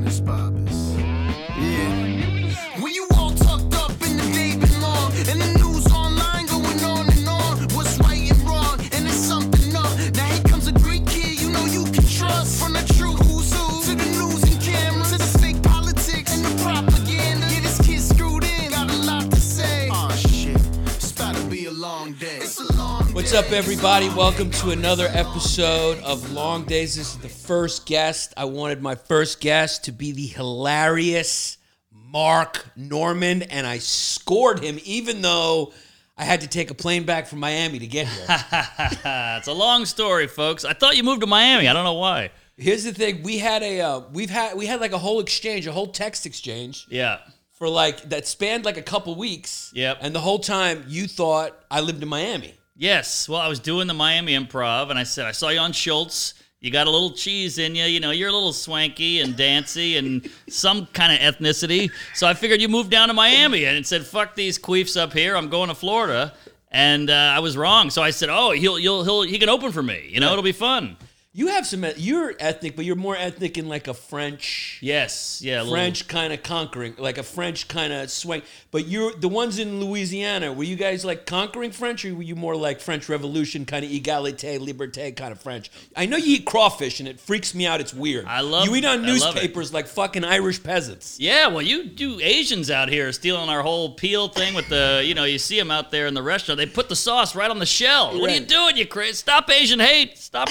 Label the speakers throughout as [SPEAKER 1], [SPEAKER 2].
[SPEAKER 1] It's poppin'. Yeah.
[SPEAKER 2] When you all tucked up in the day belong, and the news online going on and on. What's right and wrong, and it's something up. Now here comes a great kid you know you can trust. From the true who's who to the news and cameras to the fake politics and the propaganda. Yeah, this kid screwed in, got a lot to say. Aw, shit, it's about to be a long day. It's a long day.
[SPEAKER 3] What's up, everybody? Welcome to another episode of Long Days. This is the first guest. I wanted my first guest to be the hilarious Mark Norman, and I scored him, even though I had to take a plane back from Miami to get here.
[SPEAKER 4] it's a long story, folks. I thought you moved to Miami. I don't know why.
[SPEAKER 3] Here's the thing: we had a uh, we've had we had like a whole exchange, a whole text exchange
[SPEAKER 4] Yeah.
[SPEAKER 3] for like that spanned like a couple weeks.
[SPEAKER 4] Yep.
[SPEAKER 3] And the whole time you thought I lived in Miami.
[SPEAKER 4] Yes. Well, I was doing the Miami Improv, and I said I saw you on Schultz. You got a little cheese in you. You know, you're a little swanky and dancy and some kind of ethnicity. So I figured you moved down to Miami, and it said, "Fuck these queefs up here. I'm going to Florida." And uh, I was wrong. So I said, "Oh, he'll he'll he'll he can open for me. You know, it'll be fun."
[SPEAKER 3] You have some. e, You're ethnic, but you're more ethnic in like a French.
[SPEAKER 4] Yes. Yeah. a little-
[SPEAKER 3] French kind of conquering, like a French kind of swing. But you're the ones in Louisiana. Were you guys like conquering French, or were you more like French Revolution kind of egalite, liberté kind of French? I know you eat crawfish, and it freaks me out. It's weird.
[SPEAKER 4] I love-
[SPEAKER 3] you eat on
[SPEAKER 4] I love it.
[SPEAKER 3] newspapers like fucking Irish peasants.
[SPEAKER 4] Yeah, well, you do Asians out here stealing our whole peel thing with the, you know, you see them out there in the restaurant. They put the sauce right on the shell. What are you
[SPEAKER 3] Right.
[SPEAKER 4] doing, you crazy? Stop Asian hate. Stop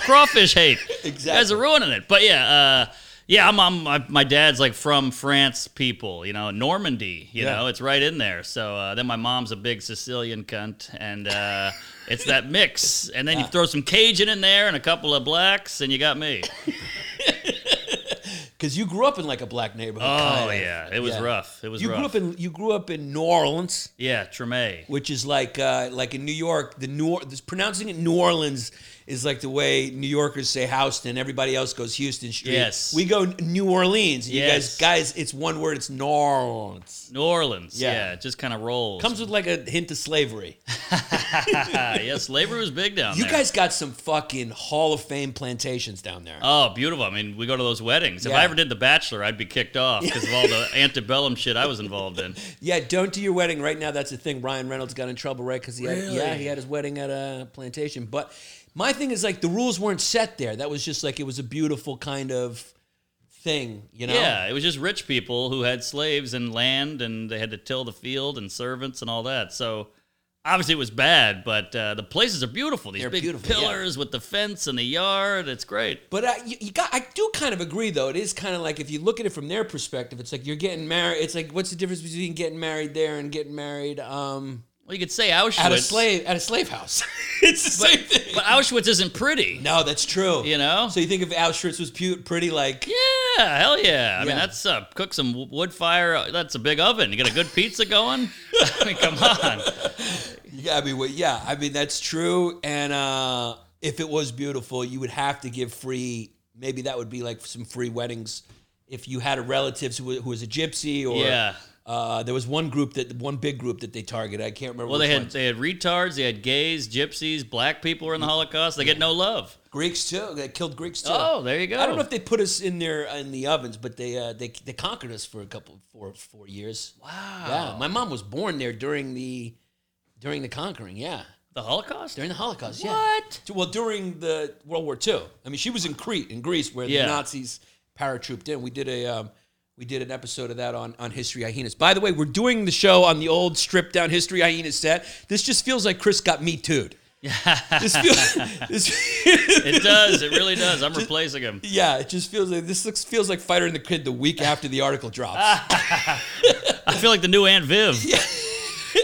[SPEAKER 4] crawfish hate. You guys
[SPEAKER 3] Exactly.
[SPEAKER 4] are ruining it. But yeah, uh, yeah, I'm, I'm my, my dad's like from France, people, you know, Normandy. You
[SPEAKER 3] Yeah.
[SPEAKER 4] know, it's right in there. So uh, then my mom's a big Sicilian cunt, and uh, it's that mix. And then you throw some Cajun in there and a couple of blacks, and you got me.
[SPEAKER 3] Because you grew up in like a black neighborhood.
[SPEAKER 4] Oh
[SPEAKER 3] kinda.
[SPEAKER 4] yeah, it was
[SPEAKER 3] Yeah.
[SPEAKER 4] rough. It was
[SPEAKER 3] You
[SPEAKER 4] rough.
[SPEAKER 3] grew up in you grew up in New Orleans.
[SPEAKER 4] yeah, Treme.
[SPEAKER 3] which is like uh, like in New York, the New or- this, pronouncing it New Orleans is like the way New Yorkers say Houston. Everybody else goes Houston Street.
[SPEAKER 4] Yes.
[SPEAKER 3] we go New Orleans. You guys,
[SPEAKER 4] Yes.
[SPEAKER 3] guys, it's one word. It's New Orleans.
[SPEAKER 4] New Orleans.
[SPEAKER 3] Yeah.
[SPEAKER 4] Yeah, it just kind of rolls.
[SPEAKER 3] Comes with like a hint of slavery.
[SPEAKER 4] Ah, yeah, slavery was big down
[SPEAKER 3] You
[SPEAKER 4] there.
[SPEAKER 3] guys got some fucking Hall of Fame plantations down there.
[SPEAKER 4] Oh, beautiful. I mean, we go to those weddings. If
[SPEAKER 3] Yeah.
[SPEAKER 4] I ever did The Bachelor, I'd be kicked off because of all the antebellum shit I was involved in.
[SPEAKER 3] yeah, don't do your wedding right now. That's the thing. Ryan Reynolds got in trouble, right? Because he had,
[SPEAKER 4] Really?
[SPEAKER 3] yeah he had his wedding at a plantation. But my thing is like the rules weren't set there. That was just like it was a beautiful kind of thing, you know?
[SPEAKER 4] Yeah, it was just rich people who had slaves and land and they had to till the field and servants and all that. So obviously it was bad, but uh, the places are beautiful. These
[SPEAKER 3] They're
[SPEAKER 4] big
[SPEAKER 3] beautiful, yeah.
[SPEAKER 4] pillars with the fence and the yard. It's great.
[SPEAKER 3] But uh, you, you got, I do kind of agree, though. It is kind of like if you look at it from their perspective, it's like you're getting married. It's like what's the difference between getting married there and getting married um,
[SPEAKER 4] Well, you could say Auschwitz.
[SPEAKER 3] at a slave at a slave house? it's the same thing.
[SPEAKER 4] But Auschwitz isn't pretty.
[SPEAKER 3] no, that's true.
[SPEAKER 4] You know?
[SPEAKER 3] So you think if Auschwitz was pu- pretty, like
[SPEAKER 4] Yeah, hell yeah. I
[SPEAKER 3] Yeah.
[SPEAKER 4] mean, that's uh, cook some w- wood fire. uh, That's a big oven. You got a good pizza going? I mean, come on.
[SPEAKER 3] yeah, I mean, well, yeah, I mean that's true. And uh, if it was beautiful, you would have to give free. Maybe that would be like some free weddings if you had a relatives who, wa- who was a gypsy or.
[SPEAKER 4] Yeah.
[SPEAKER 3] Uh, there was one group that one big group that they targeted. I can't remember.
[SPEAKER 4] Well, they
[SPEAKER 3] which
[SPEAKER 4] had
[SPEAKER 3] ones.
[SPEAKER 4] they had retards, they had gays, gypsies, black people were in the Holocaust. They get no love.
[SPEAKER 3] Greeks too. They killed Greeks too.
[SPEAKER 4] Oh, there you go.
[SPEAKER 3] I don't know if they put us in there in the ovens, but they uh, they they conquered us for a couple for four years.
[SPEAKER 4] wow.
[SPEAKER 3] Yeah, my mom was born there during the during the conquering. Yeah,
[SPEAKER 4] the Holocaust?
[SPEAKER 3] during the Holocaust. Yeah.
[SPEAKER 4] What?
[SPEAKER 3] Well, during the World War II. I mean, she was in Crete in Greece where
[SPEAKER 4] Yeah.
[SPEAKER 3] the Nazis paratrooped in. We did a um, we did an episode of that on on History Hyenas. By the way, we're doing the show on the old stripped down History Hyenas set. This just feels like Chris got me too'd. this feels, this,
[SPEAKER 4] It does. It really does. I'm replacing him.
[SPEAKER 3] Yeah, it just feels like this looks feels like Fighter and the Kid the week after the article
[SPEAKER 4] Ah.
[SPEAKER 3] drops.
[SPEAKER 4] I feel like the new Aunt Viv. Yeah.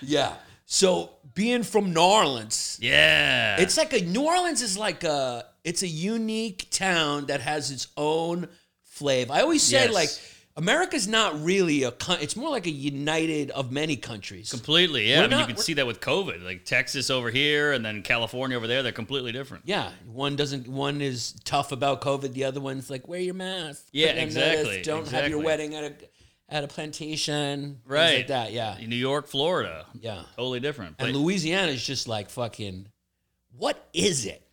[SPEAKER 3] yeah. So being from New Orleans, it's like a New Orleans is like a it's a unique town that has its own flavor. I always say
[SPEAKER 4] Yes.
[SPEAKER 3] like America's not really a con- it's more like a united of many countries.
[SPEAKER 4] completely. Yeah.
[SPEAKER 3] We're
[SPEAKER 4] I mean,
[SPEAKER 3] not-
[SPEAKER 4] you can
[SPEAKER 3] we're-
[SPEAKER 4] see that with COVID. Like Texas over here and then California over there. They're completely different.
[SPEAKER 3] yeah, one doesn't one is tough about COVID, the other one's like wear your mask.
[SPEAKER 4] Yeah,
[SPEAKER 3] put it on notice,
[SPEAKER 4] exactly,
[SPEAKER 3] Don't have your
[SPEAKER 4] exactly.
[SPEAKER 3] wedding at a at a plantation, things
[SPEAKER 4] Right.
[SPEAKER 3] like that, yeah.
[SPEAKER 4] New York, Florida.
[SPEAKER 3] Yeah.
[SPEAKER 4] Totally different.
[SPEAKER 3] And
[SPEAKER 4] But-
[SPEAKER 3] Louisiana is just like fucking. What is it?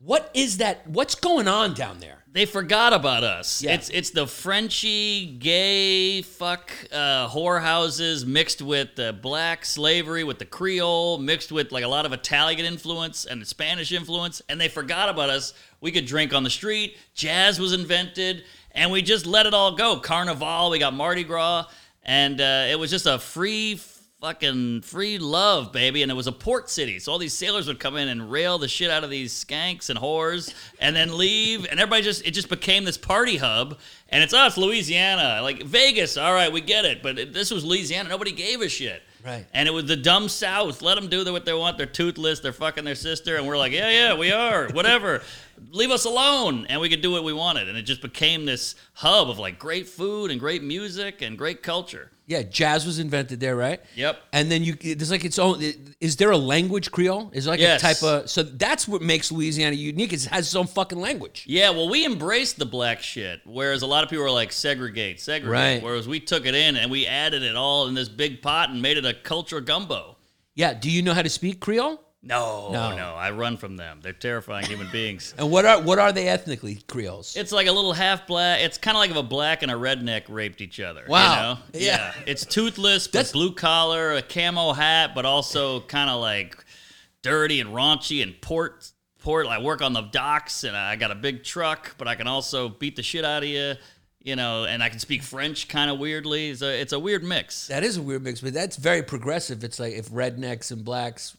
[SPEAKER 3] What is that? What's going on down there?
[SPEAKER 4] They forgot about us.
[SPEAKER 3] Yeah.
[SPEAKER 4] It's it's the Frenchy gay fuck uh, whorehouses mixed with the black slavery with the Creole mixed with like a lot of Italian influence and the Spanish influence, and they forgot about us. We could drink on the street. Jazz was invented, and we just let it all go. Carnival, we got Mardi Gras, and uh, it was just a free fucking free love, baby. And it was a port city. So all these sailors would come in and rail the shit out of these skanks and whores and then leave. And everybody just, it just became this party hub. And it's us, Louisiana. Like Vegas, all right, we get it. But it- this was Louisiana. Nobody gave a shit.
[SPEAKER 3] Right.
[SPEAKER 4] And it was the dumb South. Let them do what they want. They're toothless. They're fucking their sister. And we're like, yeah, yeah, we are. Whatever. Leave us alone. And we could do what we wanted. And it just became this hub of like great food and great music and great culture.
[SPEAKER 3] Yeah, jazz was invented there, right?
[SPEAKER 4] Yep.
[SPEAKER 3] And then you there's like its own. Is there a language Creole? Is there like
[SPEAKER 4] Yes.
[SPEAKER 3] a type of so that's what makes Louisiana unique. Is it has its own fucking language.
[SPEAKER 4] Yeah, well, we embraced the black shit, whereas a lot of people were like segregate, segregate.
[SPEAKER 3] Right.
[SPEAKER 4] Whereas we took it in and we added it all in this big pot and made it a culture gumbo.
[SPEAKER 3] Yeah. Do you know how to speak Creole?
[SPEAKER 4] No, no,
[SPEAKER 3] No.
[SPEAKER 4] I run from them. They're terrifying human beings.
[SPEAKER 3] And what are what are they ethnically Creoles?
[SPEAKER 4] It's like a little half black. It's kind of like if a black and a redneck raped each other. you
[SPEAKER 3] Wow.
[SPEAKER 4] know?
[SPEAKER 3] Yeah.
[SPEAKER 4] It's toothless, but
[SPEAKER 3] That's-
[SPEAKER 4] blue collar, a camo hat, but also kind of like dirty and raunchy and port port. I work on the docks and I got a big truck, but I can also beat the shit out of you. You know, and I can speak French kind of weirdly. It's a, it's a weird mix.
[SPEAKER 3] That is a weird mix, but that's very progressive. It's like if rednecks and blacks,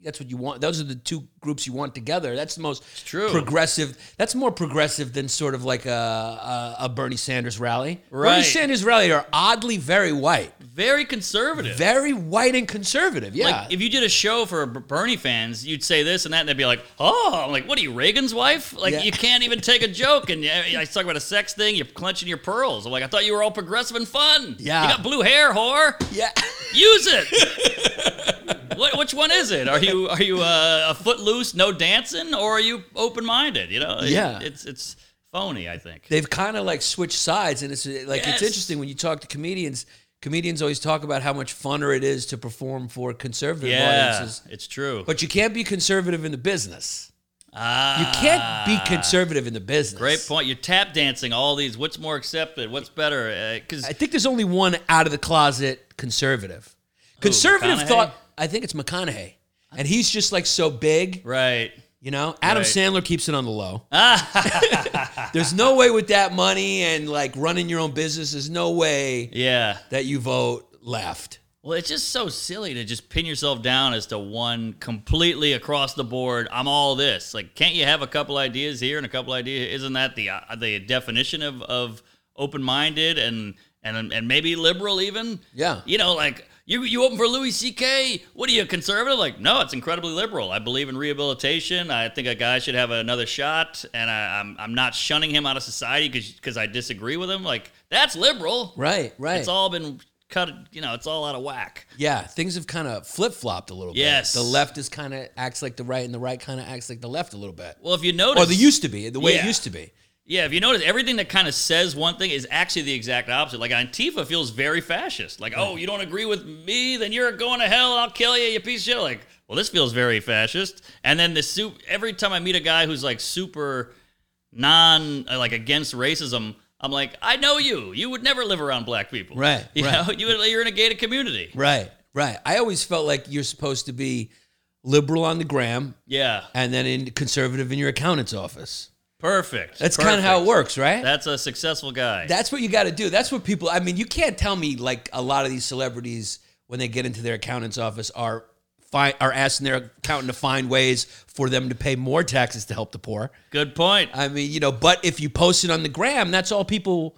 [SPEAKER 3] that's what you want. Those are the two groups you want together. That's the most
[SPEAKER 4] true.
[SPEAKER 3] progressive. That's more progressive than sort of like a a, a Bernie Sanders rally.
[SPEAKER 4] Right.
[SPEAKER 3] Bernie Sanders rally are oddly very white,
[SPEAKER 4] Very conservative.
[SPEAKER 3] very white and conservative. Yeah.
[SPEAKER 4] Like if you did a show for B- Bernie fans, you'd say this and that, and they'd be like, "Oh, I'm like, what are you, Reagan's wife? Like,
[SPEAKER 3] Yeah.
[SPEAKER 4] you can't even take a joke." And yeah, I talk about a sex thing, you're clenching your pearls. I'm like, I thought you were all progressive and fun.
[SPEAKER 3] Yeah.
[SPEAKER 4] you got blue hair, whore.
[SPEAKER 3] yeah.
[SPEAKER 4] Use it. what, which one is it? Are you are you uh, a footloose, no dancing, or are you open minded? You know, It-
[SPEAKER 3] Yeah.
[SPEAKER 4] it's it's phony. I think.
[SPEAKER 3] They've kind of like switched sides, and it's uh, like
[SPEAKER 4] Yes.
[SPEAKER 3] it's interesting when you talk to comedians. Comedians always talk about how much funner it is to perform for conservative
[SPEAKER 4] yeah,
[SPEAKER 3] audiences,
[SPEAKER 4] it's true.
[SPEAKER 3] but you can't be conservative in the business.
[SPEAKER 4] ah,
[SPEAKER 3] You can't be conservative in the business.
[SPEAKER 4] Great point. You're tap dancing all these. What's more accepted? What's better? uh, Because
[SPEAKER 3] I think there's only one out of the closet conservative. Conservative
[SPEAKER 4] McConaughey?
[SPEAKER 3] thought. I think it's McConaughey, and he's just like so big.
[SPEAKER 4] Right.
[SPEAKER 3] You know, Adam
[SPEAKER 4] Right.
[SPEAKER 3] Sandler keeps it on the low. there's no way with that money and like running your own business. There's no way
[SPEAKER 4] Yeah.
[SPEAKER 3] that you vote left.
[SPEAKER 4] Well, it's just so silly to just pin yourself down as to one completely across the board. I'm all this. Like, can't you have a couple ideas here and a couple ideas? Isn't that the uh, the definition of of open minded and and and maybe liberal even?
[SPEAKER 3] Yeah.
[SPEAKER 4] You know, like. You, you open for Louis C.K. What are you, a conservative? Like, no, it's incredibly liberal. I believe in rehabilitation. I think a guy should have another shot, and I, I'm, I'm not shunning him out of society because I disagree with him. Like, that's liberal.
[SPEAKER 3] Right. Right.
[SPEAKER 4] It's all been cut, you know, it's all out of whack.
[SPEAKER 3] yeah, things have kind of flip flopped a little
[SPEAKER 4] Yes.
[SPEAKER 3] bit. The left is kind of acts like the right, and the right kind of acts like the left a little bit.
[SPEAKER 4] Well, if you notice,
[SPEAKER 3] Or they used to be the way
[SPEAKER 4] Yeah.
[SPEAKER 3] it used to be.
[SPEAKER 4] yeah, if you notice, everything that kind of says one thing is actually the exact opposite. Like Antifa feels very fascist. Like, oh, you don't agree with me, then you're going to hell. I'll kill you, you piece of shit. Like, well, this feels very fascist. And then the soup. Every time I meet a guy who's like super non, uh, like against racism. I'm like, I know you. You would never live around black people,
[SPEAKER 3] Right,
[SPEAKER 4] You
[SPEAKER 3] right.
[SPEAKER 4] know, you, you're in a gated community,
[SPEAKER 3] Right, right. I always felt like you're supposed to be liberal on the gram
[SPEAKER 4] yeah.
[SPEAKER 3] and then in conservative in your accountant's office.
[SPEAKER 4] Perfect.
[SPEAKER 3] That's kind of how it
[SPEAKER 4] Perfect.
[SPEAKER 3] works, right?
[SPEAKER 4] That's a successful guy.
[SPEAKER 3] That's what you got to do. That's what people. I mean, you can't tell me like a lot of these celebrities when they get into their accountant's office are fi- are asking their accountant to find ways for them to pay more taxes to help the poor.
[SPEAKER 4] Good point.
[SPEAKER 3] I mean, you know, but if you post it on the gram, that's all people.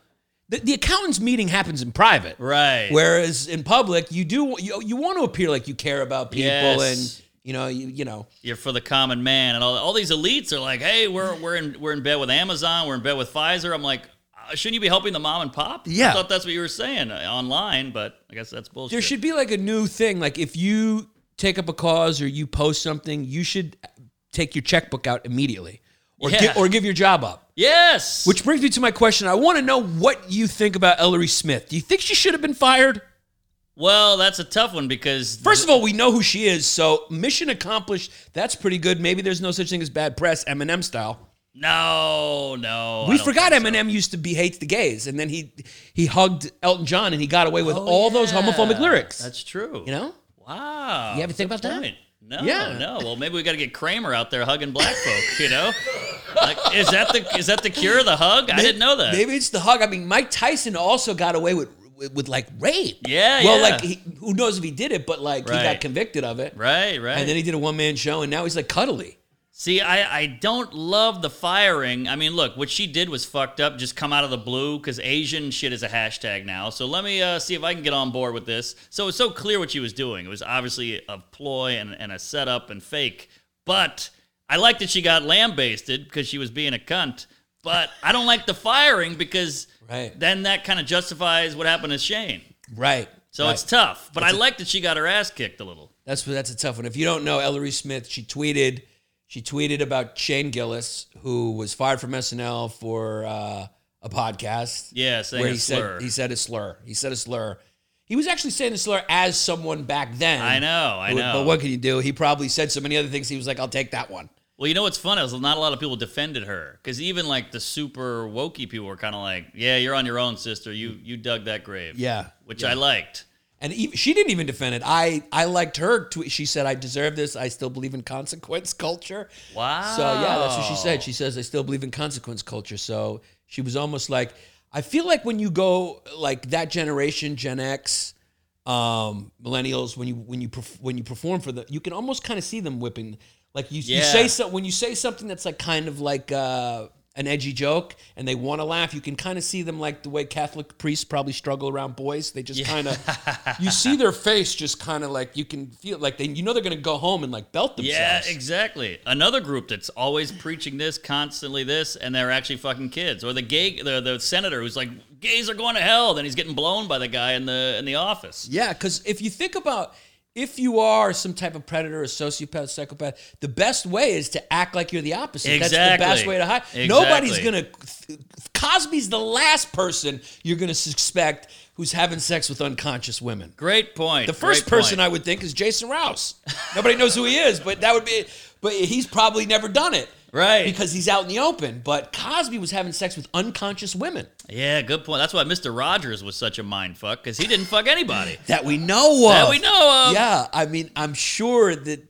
[SPEAKER 3] The, the accountant's meeting happens in private,
[SPEAKER 4] Right.
[SPEAKER 3] Whereas in public, you do you, you want to appear like you care about people
[SPEAKER 4] Yes.
[SPEAKER 3] and you know you you know
[SPEAKER 4] You're for the common man, and all, all these elites are like, "Hey, we're we're in we're in bed with Amazon, we're in bed with Pfizer." I'm like, uh, shouldn't you be helping the mom and pop? I
[SPEAKER 3] Yeah.
[SPEAKER 4] thought that's what you were saying uh, online, but I guess that's bullshit.
[SPEAKER 3] there should be like a new thing. Like if you take up a cause or you post something, you should take your checkbook out immediately or
[SPEAKER 4] Yeah.
[SPEAKER 3] gi- or give your job up.
[SPEAKER 4] yes,
[SPEAKER 3] Which brings me to my question. I want to know what you think about Ellery Smith. Do you think she should have been fired?
[SPEAKER 4] Well, that's a tough one because
[SPEAKER 3] First of all, we know who she is, so mission accomplished. That's pretty good. Maybe there's no such thing as bad press, Eminem style.
[SPEAKER 4] no, no, I
[SPEAKER 3] We
[SPEAKER 4] don't
[SPEAKER 3] forgot
[SPEAKER 4] think so.
[SPEAKER 3] Eminem used to be hates the gays, and then he he hugged Elton John, and he got away with all those
[SPEAKER 4] Oh, Yeah,
[SPEAKER 3] homophobic lyrics.
[SPEAKER 4] That's true.
[SPEAKER 3] you know.
[SPEAKER 4] Wow.
[SPEAKER 3] You ever think
[SPEAKER 4] good
[SPEAKER 3] about that?
[SPEAKER 4] point. No,
[SPEAKER 3] Yeah.
[SPEAKER 4] no. Well, maybe we got to get Kramer out there hugging black folk. You know, like, is that the is that the cure? The hug? I didn't know that.
[SPEAKER 3] Maybe it's the hug. I mean, Mike Tyson also got away with with, with, like rape.
[SPEAKER 4] Yeah,
[SPEAKER 3] Well,
[SPEAKER 4] yeah.
[SPEAKER 3] like he, who knows if he did it, but like he got
[SPEAKER 4] Right.
[SPEAKER 3] convicted of it,
[SPEAKER 4] Right, right.
[SPEAKER 3] and then he did a one man show, and now he's like cuddly.
[SPEAKER 4] See, I, I don't love the firing. I mean, look, what she did was fucked up. Just come out of the blue because Asian shit is a hashtag now. So let me uh, see if I can get on board with this. So it's so clear what she was doing. It was obviously a ploy and, and a setup and fake. But I like that she got lambasted because she was being a cunt. But I don't like the firing because
[SPEAKER 3] Right.
[SPEAKER 4] then that kind of justifies what happened to Shane.
[SPEAKER 3] Right.
[SPEAKER 4] So it's tough. But I like that she got her ass kicked a little.
[SPEAKER 3] That's that's a tough one. If you don't know Ellery Smith, she tweeted she tweeted about Shane Gillis, who was fired from SNL for uh, a podcast.
[SPEAKER 4] Yeah, saying
[SPEAKER 3] where
[SPEAKER 4] a
[SPEAKER 3] he
[SPEAKER 4] slur.
[SPEAKER 3] said he said a slur. He said a slur. He was actually saying the slur as someone back then.
[SPEAKER 4] I know, I know.
[SPEAKER 3] But what can you do? He probably said so many other things. He was like, "I'll take that one."
[SPEAKER 4] Well, you know what's funny is not a lot of people defended her because even like the super wokey people were kind of like, "Yeah, you're on your own, sister. You you dug that grave."
[SPEAKER 3] Yeah,
[SPEAKER 4] which I liked.
[SPEAKER 3] And e she didn't even defend it. I I liked her tweet. She said, "I deserve this. I still believe in consequence culture."
[SPEAKER 4] Wow.
[SPEAKER 3] So yeah, that's what she said. She says, "I still believe in consequence culture." So she was almost like, I feel like when you go like that generation, Gen X, um, millennials, when you when you perf- when you perform for the, you can almost kind of see them whipping. Like you, you
[SPEAKER 4] Yeah.
[SPEAKER 3] say so when you say something that's like kind of like uh, an edgy joke, and they want to laugh. You can kind of see them like the way Catholic priests probably struggle around boys. They just kind of you see their face, just kind of like you can feel like they you know they're gonna go home and like belt themselves.
[SPEAKER 4] Yeah, exactly. Another group that's always preaching this, constantly this, and they're actually fucking kids. Or the gay, the, the senator who's like, "Gays are going to hell," then he's getting blown by the guy in the in the office.
[SPEAKER 3] Yeah, because if you think about if you are some type of predator, a sociopath, psychopath, the best way is to act like you're the opposite. That's the
[SPEAKER 4] Exactly.
[SPEAKER 3] best way to hide.
[SPEAKER 4] Exactly.
[SPEAKER 3] Nobody's gonna. Cosby's the last person you're gonna suspect who's having sex with unconscious women.
[SPEAKER 4] Great point.
[SPEAKER 3] The first person I would think is Jason Rouse. Nobody knows who he is, but that would be. But he's probably never done it,
[SPEAKER 4] Right.
[SPEAKER 3] Because he's out in the open. But Cosby was having sex with unconscious women
[SPEAKER 4] yeah, good point. That's why Mister Rogers was such a mind fuck because he didn't fuck anybody.
[SPEAKER 3] that we know of.
[SPEAKER 4] That we know of.
[SPEAKER 3] yeah, I mean, I'm sure that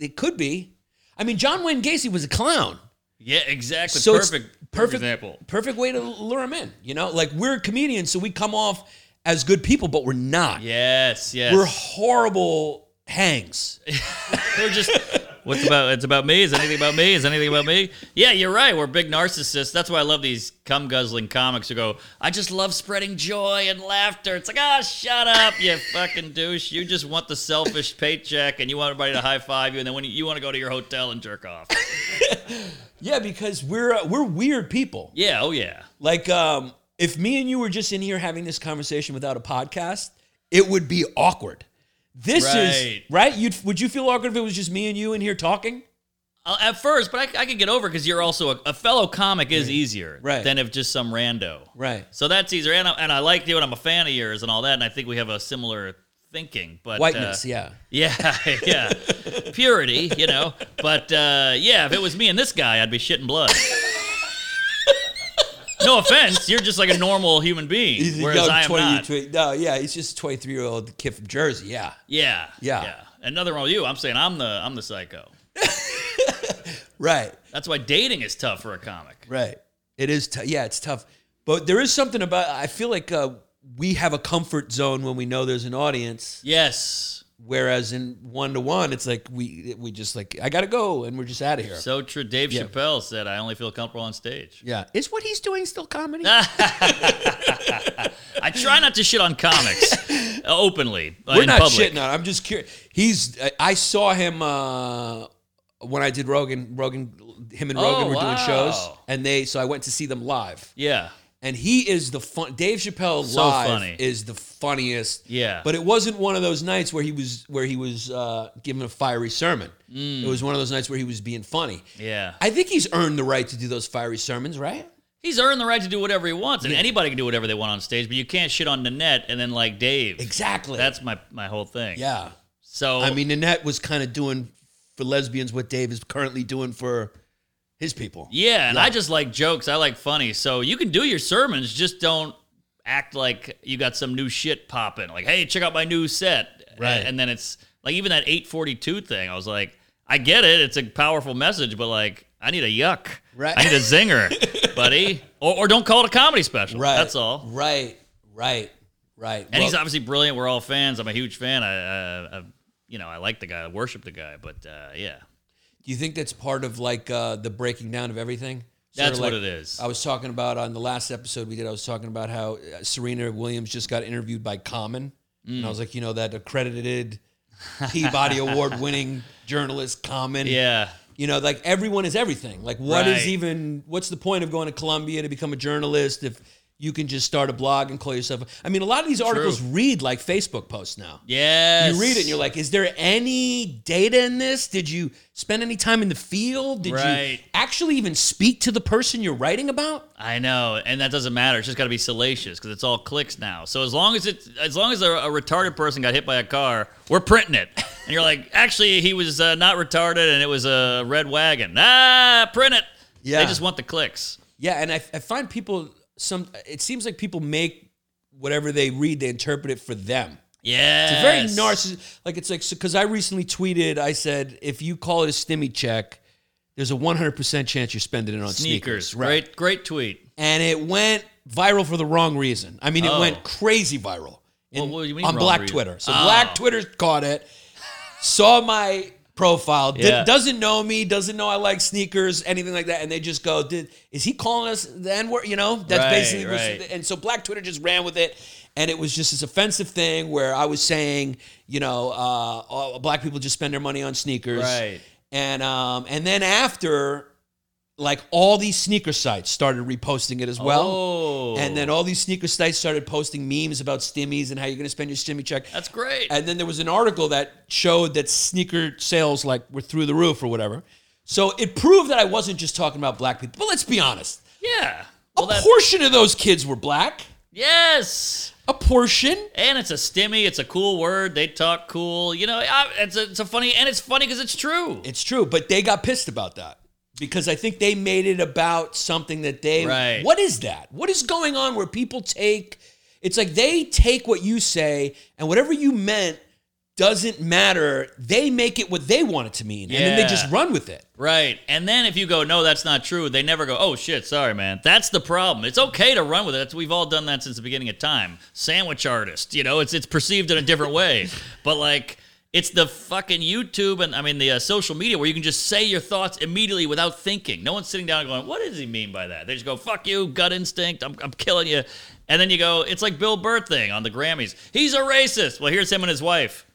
[SPEAKER 3] it could be. I mean, John Wayne Gacy was a clown.
[SPEAKER 4] Yeah, exactly.
[SPEAKER 3] So it's
[SPEAKER 4] perfect, perfect, example.
[SPEAKER 3] Perfect way to lure him in. You know, like we're comedians, so we come off as good people, but we're not.
[SPEAKER 4] Yes, yes.
[SPEAKER 3] We're horrible hangs.
[SPEAKER 4] They're just what's about it's about me. Is anything about me? Is anything about me? Yeah, you're right. We're big narcissists. That's why I love these cum guzzling comics who go, I just love spreading joy and laughter. It's like, ah, shut up, you fucking douche. You just want the selfish paycheck and you want everybody to high five you, and then when you, you want to go to your hotel and jerk off.
[SPEAKER 3] Yeah, because we're uh, we're weird people.
[SPEAKER 4] Yeah, oh yeah.
[SPEAKER 3] Like, um, if me and you were just in here having this conversation without a podcast, it would be awkward. This is
[SPEAKER 4] Right.
[SPEAKER 3] right. You'd would you feel awkward if it was just me and you in here talking?
[SPEAKER 4] Uh, At first, but I, I could get over because you're also a, a fellow comic is easier
[SPEAKER 3] Right.
[SPEAKER 4] than if just some rando.
[SPEAKER 3] Right.
[SPEAKER 4] So that's easier, and I, and I like you, and I'm a fan of yours, and all that, and I think we have a similar thinking. But
[SPEAKER 3] Whiteness.
[SPEAKER 4] uh,
[SPEAKER 3] yeah.
[SPEAKER 4] yeah, yeah, purity, you know. But uh, yeah, if it was me and this guy, I'd be shitting blood. no offense, you're just like a normal human being,
[SPEAKER 3] He's a
[SPEAKER 4] whereas
[SPEAKER 3] young
[SPEAKER 4] I am
[SPEAKER 3] 20,
[SPEAKER 4] not.
[SPEAKER 3] 20 no, yeah, he's just a 23 year old kid from Jersey. Yeah.
[SPEAKER 4] yeah,
[SPEAKER 3] Yeah.
[SPEAKER 4] And nothing wrong with you. I'm saying I'm the I'm the psycho.
[SPEAKER 3] Right.
[SPEAKER 4] That's why dating is tough for a comic.
[SPEAKER 3] Right. It is. T- yeah, it's tough. But there is something about, I feel like uh, we have a comfort zone when we know there's an audience.
[SPEAKER 4] Yes,
[SPEAKER 3] Whereas in one to one, it's like we we just like, I got to go and we're just out of here.
[SPEAKER 4] so true. Dave Chappelle said, "I only feel comfortable on stage."
[SPEAKER 3] yeah. Is what he's doing still comedy?
[SPEAKER 4] I try not to shit on comics openly uh,
[SPEAKER 3] We're
[SPEAKER 4] in
[SPEAKER 3] not
[SPEAKER 4] public.
[SPEAKER 3] shitting on. it. I'm just curious. He's. I- I saw him uh, when I did Rogan. Rogan, him and Rogan
[SPEAKER 4] Oh,
[SPEAKER 3] were doing shows,
[SPEAKER 4] wow.
[SPEAKER 3] and they. So I went to see them live.
[SPEAKER 4] Yeah.
[SPEAKER 3] and he is the fun. Dave Chappelle
[SPEAKER 4] So
[SPEAKER 3] live
[SPEAKER 4] funny.
[SPEAKER 3] is the funniest.
[SPEAKER 4] Yeah.
[SPEAKER 3] but it wasn't one of those nights where he was where he was uh, giving a fiery sermon. It was one of those nights where he was being funny.
[SPEAKER 4] Mm. Yeah.
[SPEAKER 3] I think he's earned the right to do those fiery sermons, right?
[SPEAKER 4] He's earned the right to do whatever he wants, and anybody can do whatever they want on stage. But you can't shit on Nanette and then like Dave.
[SPEAKER 3] Exactly.
[SPEAKER 4] That's Oh. my my whole thing.
[SPEAKER 3] yeah.
[SPEAKER 4] So
[SPEAKER 3] I mean, Nanette was kind of doing for lesbians what Dave is currently doing for his people.
[SPEAKER 4] Yeah, and I just like jokes. I like funny. So you can do your sermons, just don't act like you got some new shit popping. Like, hey, check out my new set.
[SPEAKER 3] Right.
[SPEAKER 4] And then it's like even that 842 thing. I was like, I get it. It's a powerful message, but like, I need a yuck.
[SPEAKER 3] Right.
[SPEAKER 4] I need a zinger, buddy. Or, or don't call it a comedy special.
[SPEAKER 3] Right.
[SPEAKER 4] That's all.
[SPEAKER 3] Right. Right. Right.
[SPEAKER 4] And he's
[SPEAKER 3] Well,
[SPEAKER 4] obviously brilliant. We're all fans. I'm a huge fan. I, uh, I you know, I like the guy. I worship the guy. But uh, yeah,
[SPEAKER 3] do you think that's part of like uh, the breaking down of everything? Sorta
[SPEAKER 4] That's
[SPEAKER 3] like-
[SPEAKER 4] what it is.
[SPEAKER 3] I was talking about on the last episode we did. I was talking about how uh, Serena Williams just got interviewed by Common, and
[SPEAKER 4] Mm.
[SPEAKER 3] I was like, you know, that accredited Peabody Award-winning journalist Common.
[SPEAKER 4] yeah.
[SPEAKER 3] You know, like everyone is everything. Like, what is
[SPEAKER 4] Right.
[SPEAKER 3] even? What's the point of going to Columbia to become a journalist if you can just start a blog and call yourself? I mean, a lot of these articles read like Facebook posts now.
[SPEAKER 4] Yes.
[SPEAKER 3] You read it and you're like, is there any data in this? Did you spend any time in the field? Did you
[SPEAKER 4] Right.
[SPEAKER 3] actually even speak to the person you're writing about?
[SPEAKER 4] I know, and that doesn't matter. It's just got to be salacious because it's all clicks now. So as long as it, as long as a, a retarded person got hit by a car, we're printing it. And you're like, actually, he was uh, not retarded, and it was a red wagon. Ah, print it.
[SPEAKER 3] Yeah.
[SPEAKER 4] they just want the clicks.
[SPEAKER 3] Yeah, and I, I find people some. It seems like people make whatever they read, they interpret it for them.
[SPEAKER 4] Yeah,
[SPEAKER 3] It's very narcissistic. Like it's like because I recently tweeted, I said if you call it a stimmy check, there's a 100 percent chance you're spending it on sneakers,
[SPEAKER 4] Sneakers, right? Great tweet.
[SPEAKER 3] And it went viral for the wrong reason. I mean, it
[SPEAKER 4] Oh.
[SPEAKER 3] went crazy viral in-
[SPEAKER 4] Well, what do you mean
[SPEAKER 3] on
[SPEAKER 4] wrong
[SPEAKER 3] Black
[SPEAKER 4] reason?
[SPEAKER 3] Twitter. So
[SPEAKER 4] Oh.
[SPEAKER 3] Black Twitter caught it, saw my profile, did,
[SPEAKER 4] Yeah.
[SPEAKER 3] doesn't know me, doesn't know I like sneakers, anything like that, and they just go, "Did is he calling us the N word?" You know, that's
[SPEAKER 4] Right,
[SPEAKER 3] basically. was-
[SPEAKER 4] right.
[SPEAKER 3] and so Black Twitter just ran with it, and it was just this offensive thing where I was saying, you know, uh, all, black people just spend their money on sneakers,
[SPEAKER 4] Right.
[SPEAKER 3] And um, and then after. Like all these sneaker sites started reposting it as well.
[SPEAKER 4] Oh.
[SPEAKER 3] And then all these sneaker sites started posting memes about stimmies and how you're going to spend your stimmy check.
[SPEAKER 4] That's great.
[SPEAKER 3] And then there was an article that showed that sneaker sales like were through the roof or whatever. So it proved that I wasn't just talking about black people. But let's be honest.
[SPEAKER 4] yeah. Well,
[SPEAKER 3] a
[SPEAKER 4] that
[SPEAKER 3] portion of those kids were black.
[SPEAKER 4] yes.
[SPEAKER 3] A portion.
[SPEAKER 4] And it's a stimmy. It's a cool word. They talk cool. You know, I, it's a, it's a funny, and it's funny because it's true.
[SPEAKER 3] It's true, but they got pissed about that. Because I think they made it about something that they
[SPEAKER 4] Right.
[SPEAKER 3] What is that? What is going on where people take it's like they take what you say and whatever you meant doesn't matter. They make it what they want it to mean. And then they
[SPEAKER 4] Yeah.
[SPEAKER 3] just run with it.
[SPEAKER 4] Right. And then if you go, no, that's not true, they never go, oh shit, sorry, man. That's the problem. It's okay to run with it. That's, we've all done that since the beginning of time. Sandwich artist, you know, it's it's perceived in a different way. But like, it's the fucking YouTube and I mean the uh, social media where you can just say your thoughts immediately without thinking. No one's sitting down and going, what does he mean by that? They just go, fuck you, gut instinct, I'm, I'm killing you. And then you go, it's like Bill Burr thing on the Grammys. He's a racist. Well, here's him and his wife.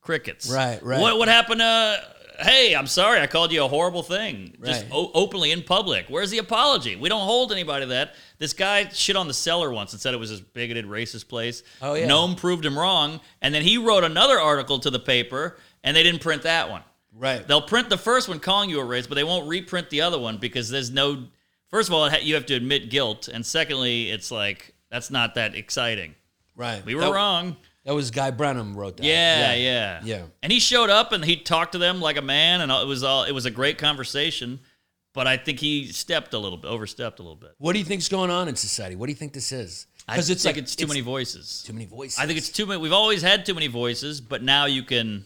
[SPEAKER 4] Crickets.
[SPEAKER 3] Right, right.
[SPEAKER 4] What, what happened to hey i'm sorry i called you a horrible thing just
[SPEAKER 3] Right.
[SPEAKER 4] o- openly in public where's the apology we don't hold anybody to that this guy shit on the cellar once and said it was this bigoted racist place
[SPEAKER 3] Oh, yeah.
[SPEAKER 4] gnome proved him wrong and then he wrote another article to the paper and they didn't print that one
[SPEAKER 3] Right.
[SPEAKER 4] they'll print the first one calling you a racist but they won't reprint the other one because there's no first of all it ha- you have to admit guilt and secondly it's like that's not that exciting
[SPEAKER 3] Right.
[SPEAKER 4] we were
[SPEAKER 3] That-
[SPEAKER 4] wrong
[SPEAKER 3] That was Guy Brenham wrote that.
[SPEAKER 4] yeah, yeah,
[SPEAKER 3] Yeah.
[SPEAKER 4] And he showed up and he talked to them like a man, and it was all it was a great conversation. But I think he stepped a little bit, overstepped a little bit.
[SPEAKER 3] What do you think's going on in society? What do you think this is?
[SPEAKER 4] Because it's like it's too many voices.
[SPEAKER 3] too many voices.
[SPEAKER 4] I think it's too many. We've always had too many voices, but now you can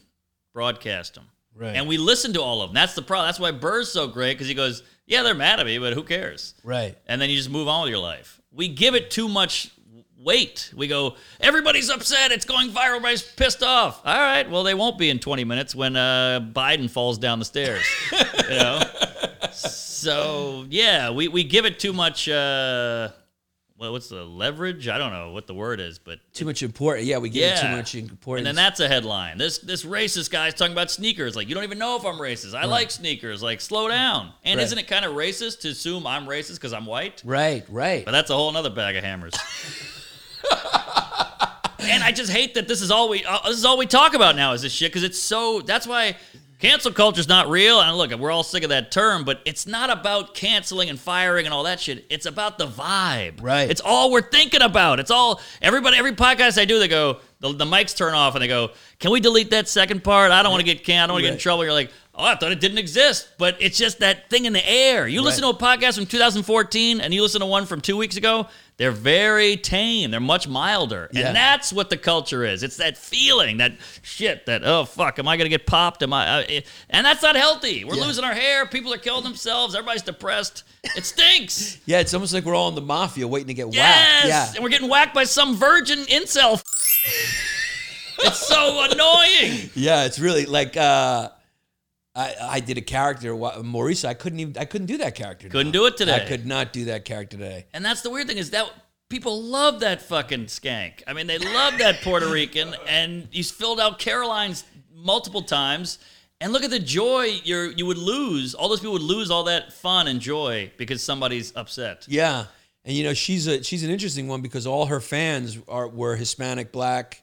[SPEAKER 4] broadcast them,
[SPEAKER 3] Right.
[SPEAKER 4] and we listen to all of them. That's the problem. That's why Burr's so great because he goes, "Yeah, they're mad at me, but who cares?"
[SPEAKER 3] right.
[SPEAKER 4] and then you just move on with your life. We give it too much weight. We go, everybody's upset. It's going viral. Everybody's pissed off. All right. Well, they won't be in 20 minutes when uh, Biden falls down the stairs. you know. So yeah, we we give it too much. Uh, well, what's the leverage? I don't know what the word is, but.
[SPEAKER 3] Too much important. Yeah, we give it too
[SPEAKER 4] Yeah.
[SPEAKER 3] much importance.
[SPEAKER 4] And then that's a headline. This this racist guy's talking about sneakers. Like you don't even know if I'm racist. I like sneakers. Like slow down. And
[SPEAKER 3] Right.
[SPEAKER 4] isn't it kind of racist to assume I'm racist because I'm white?
[SPEAKER 3] right, right.
[SPEAKER 4] But that's a whole other bag of hammers. and I just hate that this is all we uh, this is all we talk about now is this shit because it's so. That's why Cancel culture's not real. And look, we're all sick of that term, but it's not about canceling and firing and all that shit. It's about the vibe.
[SPEAKER 3] Right.
[SPEAKER 4] It's all we're thinking about. It's all everybody every podcast I do, they go, the, the mics turn off and they go, Can we delete that second part? I don't want to get can I don't want to get in
[SPEAKER 3] Right.
[SPEAKER 4] trouble. You're like, Oh, I thought it didn't exist. But it's just that thing in the air. You listen to a podcast from 2014 and you listen to one from two weeks ago, they're very tame. They're much milder.
[SPEAKER 3] Yeah.
[SPEAKER 4] And that that's what the culture is. It's that feeling, that shit, that oh fuck, am I gonna get popped? Am I? I and that's not healthy. We're
[SPEAKER 3] Yeah.
[SPEAKER 4] losing our hair. People are killing themselves. Everybody's depressed. It stinks.
[SPEAKER 3] Yeah, it's almost like we're all in the mafia waiting to get
[SPEAKER 4] yes,
[SPEAKER 3] whacked.
[SPEAKER 4] and we're getting whacked by some virgin incel. it's so annoying.
[SPEAKER 3] Yeah, yeah, it's really like uh, I I did a character wa- Maurice. I couldn't even I couldn't do that character.
[SPEAKER 4] Couldn't
[SPEAKER 3] now.
[SPEAKER 4] do it today.
[SPEAKER 3] I could not do that character today.
[SPEAKER 4] And that's the weird thing is that people love that fucking skank. I mean, they love that Puerto Rican, and he's filled out Caroline's multiple times. And look at the joy you're you would lose. All those people would lose all that fun and joy because somebody's upset.
[SPEAKER 3] Yeah, and you know she's a she's an interesting one because all her fans are were Hispanic, black,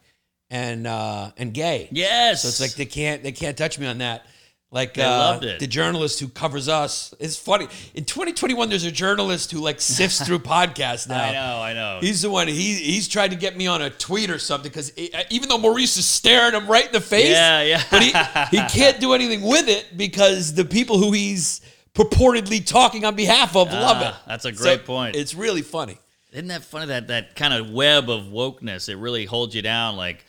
[SPEAKER 3] and uh, and gay.
[SPEAKER 4] Yes.
[SPEAKER 3] So it's like they can't they can't touch me on that. Like uh,
[SPEAKER 4] loved it.
[SPEAKER 3] the journalist who covers us is funny. In 2021, there's a journalist who like sifts through podcasts now.
[SPEAKER 4] I know, I know.
[SPEAKER 3] He's the one. He he's tried to get me on a tweet or something because even though Maurice is staring him right in the face,
[SPEAKER 4] Yeah, yeah.
[SPEAKER 3] but he he can't do anything with it because the people who he's purportedly talking on behalf of love it.
[SPEAKER 4] Ah, that's a great point.
[SPEAKER 3] It's really funny.
[SPEAKER 4] Isn't that funny that that kind of web of wokeness it really holds you down like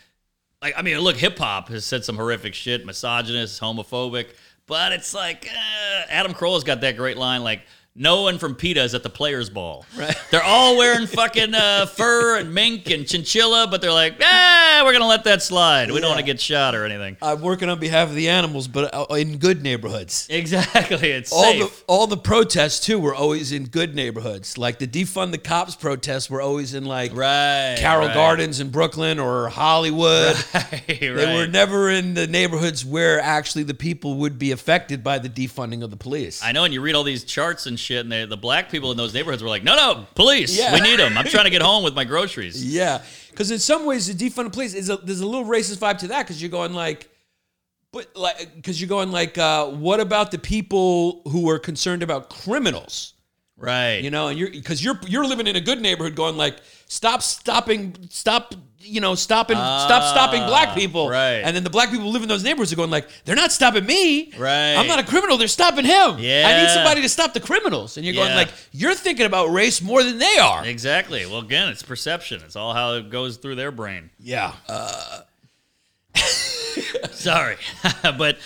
[SPEAKER 4] like I mean look hip hop has said some horrific shit misogynist homophobic but it's like uh, Adam Carolla's got that great line like no one from PETA is at the players ball right they're all wearing fucking uh, fur and mink and chinchilla but they're like ah we're gonna let that slide we don't want to get shot or anything
[SPEAKER 3] I'm working on behalf of the animals, but uh, in good neighborhoods.
[SPEAKER 4] exactly it's
[SPEAKER 3] all
[SPEAKER 4] safe
[SPEAKER 3] the all the protests too were always in good neighborhoods. Like the defund the cops protests were always in like
[SPEAKER 4] right
[SPEAKER 3] Carroll
[SPEAKER 4] right,
[SPEAKER 3] Gardens in Brooklyn or Hollywood.
[SPEAKER 4] right,
[SPEAKER 3] They were never in the neighborhoods where actually the people would be affected by the defunding of the police.
[SPEAKER 4] I know, and you read all these charts and shit, and they, the black people in those neighborhoods were like, "No, no, police,
[SPEAKER 3] Yeah.
[SPEAKER 4] we need them. I'm trying to get home with my groceries."
[SPEAKER 3] yeah, because in some ways the defund the police is a, there's a little racist vibe to that because you're going like. But like, because you're going like, uh, what about the people who are concerned about criminals?
[SPEAKER 4] Right.
[SPEAKER 3] you know and you're because you're you're living in a good neighborhood going like stop stopping stop you know stopping stop stopping black people
[SPEAKER 4] Ah, right.
[SPEAKER 3] and then the black people who live in those neighborhoods are going like they're not stopping me
[SPEAKER 4] Right.
[SPEAKER 3] i'm not a criminal they're stopping him i need
[SPEAKER 4] Yeah.
[SPEAKER 3] somebody to stop the criminals and you're going
[SPEAKER 4] Yeah.
[SPEAKER 3] like you're thinking about race more than they are
[SPEAKER 4] exactly. Well, again, it's perception. It's all how it goes through their brain.
[SPEAKER 3] yeah
[SPEAKER 4] Sorry, but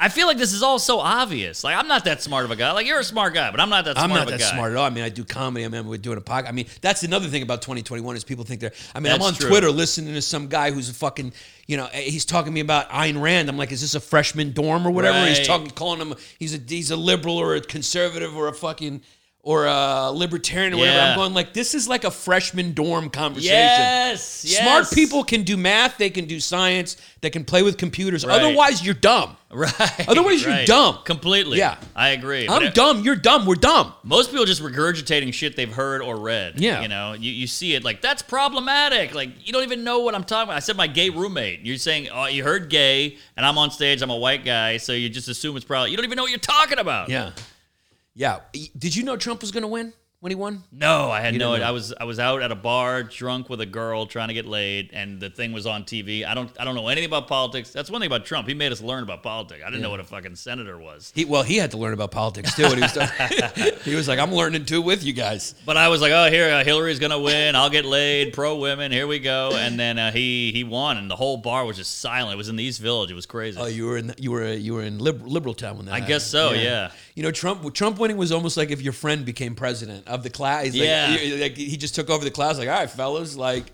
[SPEAKER 4] I feel like this is all so obvious. Like I'm not that smart of a guy. Like you're a smart guy, but I'm not that smart
[SPEAKER 3] I'm not
[SPEAKER 4] of a
[SPEAKER 3] that
[SPEAKER 4] guy.
[SPEAKER 3] smart at all. I mean, I do comedy. I mean, we're doing a podcast. I mean, that's another thing about 2021 is people think they're. I mean, I'm
[SPEAKER 4] That's
[SPEAKER 3] on
[SPEAKER 4] true.
[SPEAKER 3] Twitter listening to some guy who's a fucking. You know, eh, he's talking to me about Ayn Rand. I'm like, is this a freshman dorm or whatever?
[SPEAKER 4] Right.
[SPEAKER 3] He's talking, calling him. He's a he's a liberal or a conservative or a fucking or a libertarian or whatever.
[SPEAKER 4] Yeah.
[SPEAKER 3] I'm going like, this is like a freshman dorm conversation.
[SPEAKER 4] Yes, yes.
[SPEAKER 3] Smart people can do math. They can do science. They can play with computers.
[SPEAKER 4] Right.
[SPEAKER 3] Otherwise, you're dumb.
[SPEAKER 4] Right.
[SPEAKER 3] Otherwise, you're
[SPEAKER 4] right.
[SPEAKER 3] dumb.
[SPEAKER 4] Completely.
[SPEAKER 3] Yeah.
[SPEAKER 4] I agree.
[SPEAKER 3] I'm
[SPEAKER 4] But-
[SPEAKER 3] dumb. You're dumb. We're dumb.
[SPEAKER 4] most people just regurgitating shit they've heard or read.
[SPEAKER 3] Yeah.
[SPEAKER 4] You know, you, you see it like that's problematic. Like you don't even know what I'm talking about. I said my gay roommate. You're saying oh, you heard gay, and I'm on stage. I'm a white guy, so you just assume it's probably you don't even know what you're talking about.
[SPEAKER 3] Yeah. Yeah. Did you know Trump was going to win when he won?
[SPEAKER 4] No, I had
[SPEAKER 3] You
[SPEAKER 4] no.
[SPEAKER 3] didn't know.
[SPEAKER 4] I was I was out at a bar, drunk with a girl, trying to get laid, and the thing was on TV. I don't I don't know anything about politics. That's one thing about Trump. He made us learn about politics. I didn't know what a fucking senator was.
[SPEAKER 3] He well, he had to learn about politics too. And he was he was like, "I'm learning too with you guys."
[SPEAKER 4] But I was like, oh, here, uh, Hillary's gonna win. I'll get laid. Pro women. Here we go. And then uh, he he won, and the whole bar was just silent. It was in the East Village. It was crazy.
[SPEAKER 3] Oh, you were in you were you were in liberal, liberal town when that.
[SPEAKER 4] I guess so. Yeah.
[SPEAKER 3] You know, Trump Trump winning was almost like if your friend became president of the class. He's like-
[SPEAKER 4] Yeah.
[SPEAKER 3] he- like, he just took over the class. Like, all right, fellas, like,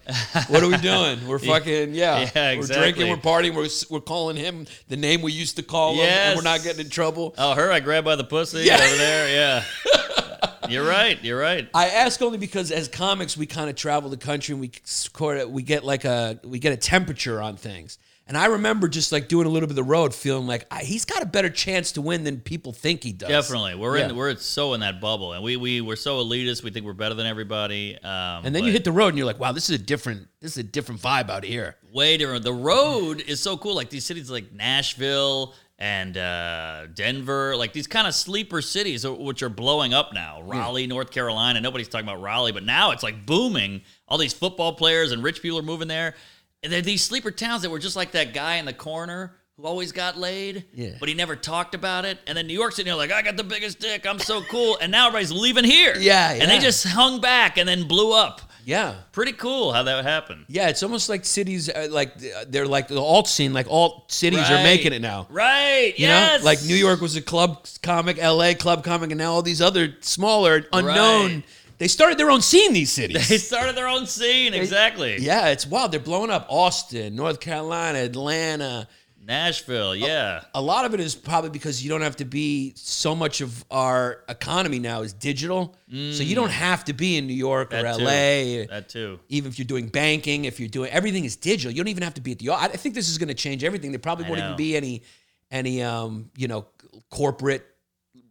[SPEAKER 3] what are we doing? We're fucking yeah.
[SPEAKER 4] Yeah,
[SPEAKER 3] We're
[SPEAKER 4] exactly.
[SPEAKER 3] drinking. We're partying. We're s- we're calling him the name we used to call him, and we're not
[SPEAKER 4] Yes.
[SPEAKER 3] getting in trouble.
[SPEAKER 4] Oh, her, I grabbed by the pussy
[SPEAKER 3] Yeah.
[SPEAKER 4] over there. Yeah. you're right. You're right.
[SPEAKER 3] I ask only because as comics we kind of travel the country and we sort of we get like a we get a temperature on things. And I remember just like doing a little bit of the road, feeling like I, he's got a better chance to win than people think he does.
[SPEAKER 4] Definitely, we're
[SPEAKER 3] Yeah.
[SPEAKER 4] in we're so in that bubble, and we we we're so elitist. We think we're better than everybody. Um,
[SPEAKER 3] And then
[SPEAKER 4] but-
[SPEAKER 3] you hit the road and you're like, wow, this is a different this is a different vibe out here.
[SPEAKER 4] way different. The road is so cool. Like these cities like Nashville and uh, Denver, like these kind of sleeper cities, uh, which are blowing up now.
[SPEAKER 3] Hmm.
[SPEAKER 4] Raleigh, North Carolina. Nobody's talking about Raleigh, but now it's like booming. All these football players and rich people are moving there. And they're these sleeper towns that were just like that guy in the corner who always got laid,
[SPEAKER 3] Yeah.
[SPEAKER 4] but he never talked about it. And then New York's sitting here like, I got the biggest dick. I'm so cool. And now everybody's leaving here.
[SPEAKER 3] Yeah,
[SPEAKER 4] And they
[SPEAKER 3] yeah.
[SPEAKER 4] just hung back and then blew up.
[SPEAKER 3] Yeah.
[SPEAKER 4] Pretty cool how that happened.
[SPEAKER 3] Yeah, it's almost like cities, uh, like uh, they're like the alt scene, like alt cities are
[SPEAKER 4] Right.
[SPEAKER 3] making it now.
[SPEAKER 4] Right.
[SPEAKER 3] You
[SPEAKER 4] yes.
[SPEAKER 3] know, like New York was a club comic, LA club comic, and now all these other smaller, unknown.
[SPEAKER 4] Right.
[SPEAKER 3] They started their own scene. These cities.
[SPEAKER 4] They started their own scene. Exactly.
[SPEAKER 3] yeah, it's wild. They're blowing up Austin, North Carolina, Atlanta. Oh.
[SPEAKER 4] Nashville. Yeah.
[SPEAKER 3] A lot of it is probably because you don't have to be. So much of our economy now is digital, so you don't have to be in New York or
[SPEAKER 4] Mm. That too.
[SPEAKER 3] LA.
[SPEAKER 4] That too.
[SPEAKER 3] even if you're doing banking, if you're doing everything is digital. You don't even have to be at the. I I think this is going to change everything. There probably
[SPEAKER 4] I
[SPEAKER 3] won't
[SPEAKER 4] know.
[SPEAKER 3] even be any, any um, you know, corporate.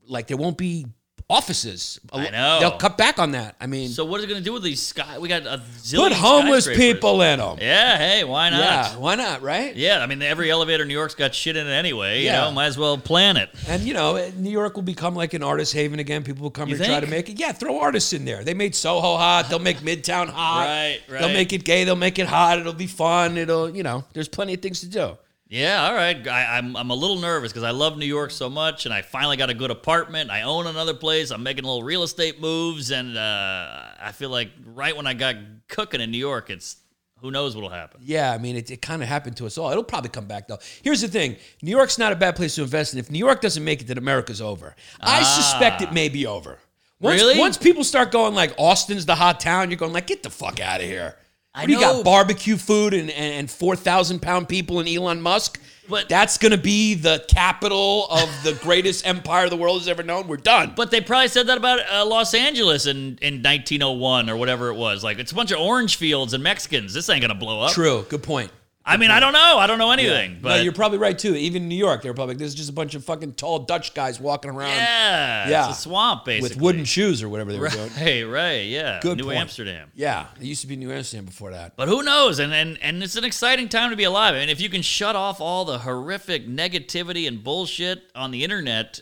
[SPEAKER 3] Like there won't be offices. A
[SPEAKER 4] I
[SPEAKER 3] lo-
[SPEAKER 4] know.
[SPEAKER 3] They'll cut back on that. I mean,
[SPEAKER 4] So what are they going to do with these sky? We got a zillion
[SPEAKER 3] put homeless
[SPEAKER 4] skyscrapers.
[SPEAKER 3] people in them.
[SPEAKER 4] Yeah. Hey, why not?
[SPEAKER 3] Yeah,
[SPEAKER 4] Yeah.
[SPEAKER 3] why not? Right?
[SPEAKER 4] I mean, every elevator in New York's got shit in it anyway.
[SPEAKER 3] Yeah.
[SPEAKER 4] You know, might as well plan it.
[SPEAKER 3] And you know, eh, New York will become like an artist haven again. People will come
[SPEAKER 4] You
[SPEAKER 3] here and try to
[SPEAKER 4] think?
[SPEAKER 3] make it. Yeah, throw artists in there. They made Soho hot. They'll make Midtown hot.
[SPEAKER 4] Right,
[SPEAKER 3] They'll
[SPEAKER 4] right.
[SPEAKER 3] make it gay. They'll make it hot. It'll be fun. It'll, you know, there's plenty of things to do.
[SPEAKER 4] Yeah, all right. I, I'm I'm a little nervous because I love New York so much, and I finally got a good apartment. I own another place. I'm making little real estate moves, and uh, I feel like right when I got cooking in New York, it's who knows what'll happen.
[SPEAKER 3] Yeah, I mean, it, it kind of happened to us all. It'll probably come back, though. Here's the thing New York's not a bad place to invest in. If New York doesn't make it, then America's over. I suspect it may be over. Once,
[SPEAKER 4] Ah. Really?
[SPEAKER 3] Once people start going, like, Austin's the hot town, you're going, like, get the fuck out of here.
[SPEAKER 4] I
[SPEAKER 3] What do you
[SPEAKER 4] know.
[SPEAKER 3] got? Barbecue food and, and, and 4,000 pound people and Elon Musk?
[SPEAKER 4] But-
[SPEAKER 3] That's going to be the capital of the greatest empire the world has ever known. We're done.
[SPEAKER 4] But they probably said that about uh, Los Angeles in, in 1901 or whatever it was. Like it's a bunch of orange fields and Mexicans. This ain't gonna blow up.
[SPEAKER 3] True. Good point.
[SPEAKER 4] I mean, I don't know. I don't know anything. But
[SPEAKER 3] no, you're probably right, too. Even in New York, they're probably like, this is just a bunch of fucking tall Dutch guys walking around.
[SPEAKER 4] yeah,
[SPEAKER 3] Yeah.
[SPEAKER 4] it's a swamp basically
[SPEAKER 3] with wooden shoes or whatever they were doing.
[SPEAKER 4] Right, right, yeah.
[SPEAKER 3] Good
[SPEAKER 4] New
[SPEAKER 3] point.
[SPEAKER 4] Amsterdam.
[SPEAKER 3] Yeah, it used to be New Amsterdam before that.
[SPEAKER 4] But who knows? And, and and it's an exciting time to be alive. I mean, if you can shut off all the horrific negativity and bullshit on the internet,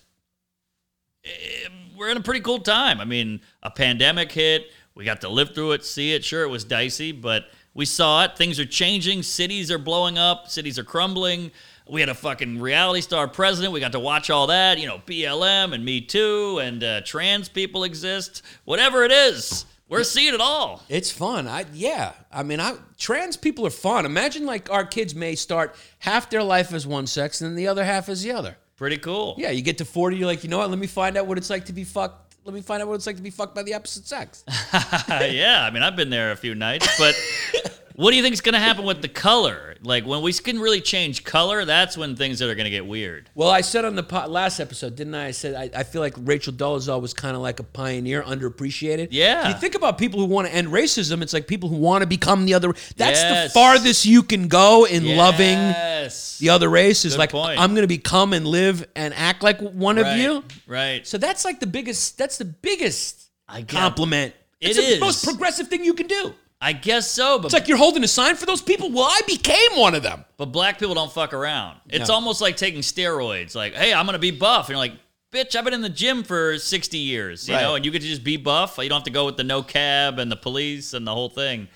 [SPEAKER 4] eh, we're in a pretty cool time. I mean, a pandemic hit. We got to live through it, see it. Sure, it was dicey, but we saw it. Things are changing. Cities are blowing up. Cities are crumbling. We had a fucking reality star president. We got to watch all that. You know, BLM and Me Too and uh, trans people exist. Whatever it is, we're seeing it all.
[SPEAKER 3] It's fun. I yeah. I mean, I trans people are fun. Imagine like our kids may start half their life as one sex and then the other half as the other.
[SPEAKER 4] Pretty cool.
[SPEAKER 3] Yeah, you get to 40, you're like, "You know what? Let me find out what it's like to be fucked. Let me find out what it's like to be fucked by the opposite sex."
[SPEAKER 4] Uh, yeah, I mean, I've been there a few nights, but what do you think is going to happen with the color? Like when we can really change color, that's when things that are going to get weird.
[SPEAKER 3] well, I said on the po- last episode, didn't I? I said I, I feel like Rachel Dolezal was kind of like a pioneer, underappreciated.
[SPEAKER 4] Yeah.
[SPEAKER 3] If you think about people who want to end racism, it's like people who want to become the other. That's
[SPEAKER 4] Yes.
[SPEAKER 3] the farthest you can go in loving
[SPEAKER 4] Yes.
[SPEAKER 3] the other race is
[SPEAKER 4] Good
[SPEAKER 3] like
[SPEAKER 4] point.
[SPEAKER 3] I'm going to become and live and act like one of
[SPEAKER 4] Right,
[SPEAKER 3] you.
[SPEAKER 4] Right.
[SPEAKER 3] So that's like the biggest. That's the biggest
[SPEAKER 4] I get-
[SPEAKER 3] compliment.
[SPEAKER 4] It
[SPEAKER 3] it's the
[SPEAKER 4] is.
[SPEAKER 3] most progressive thing you can do.
[SPEAKER 4] I guess so, but
[SPEAKER 3] It's like you're holding a sign for those people. Well, I became one of them.
[SPEAKER 4] but black people don't fuck around. It's
[SPEAKER 3] No.
[SPEAKER 4] almost like taking steroids. Like, hey, I'm going to be buff, and you're like. Bitch, I've been in the gym for 60 years, you
[SPEAKER 3] Right.
[SPEAKER 4] know, and you get to just be buff. You don't have to go with the no cab and the police and the whole thing.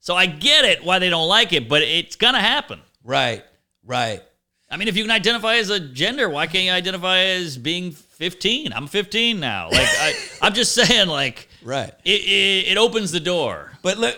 [SPEAKER 4] So I get it why they don't like it, but it's going to happen.
[SPEAKER 3] Right. Right.
[SPEAKER 4] I mean, if you can identify as a gender, why can't you identify as being 15? I'm 15 now. Like, I, I'm just saying, like,
[SPEAKER 3] Right.
[SPEAKER 4] it, it, it opens the door.
[SPEAKER 3] But let,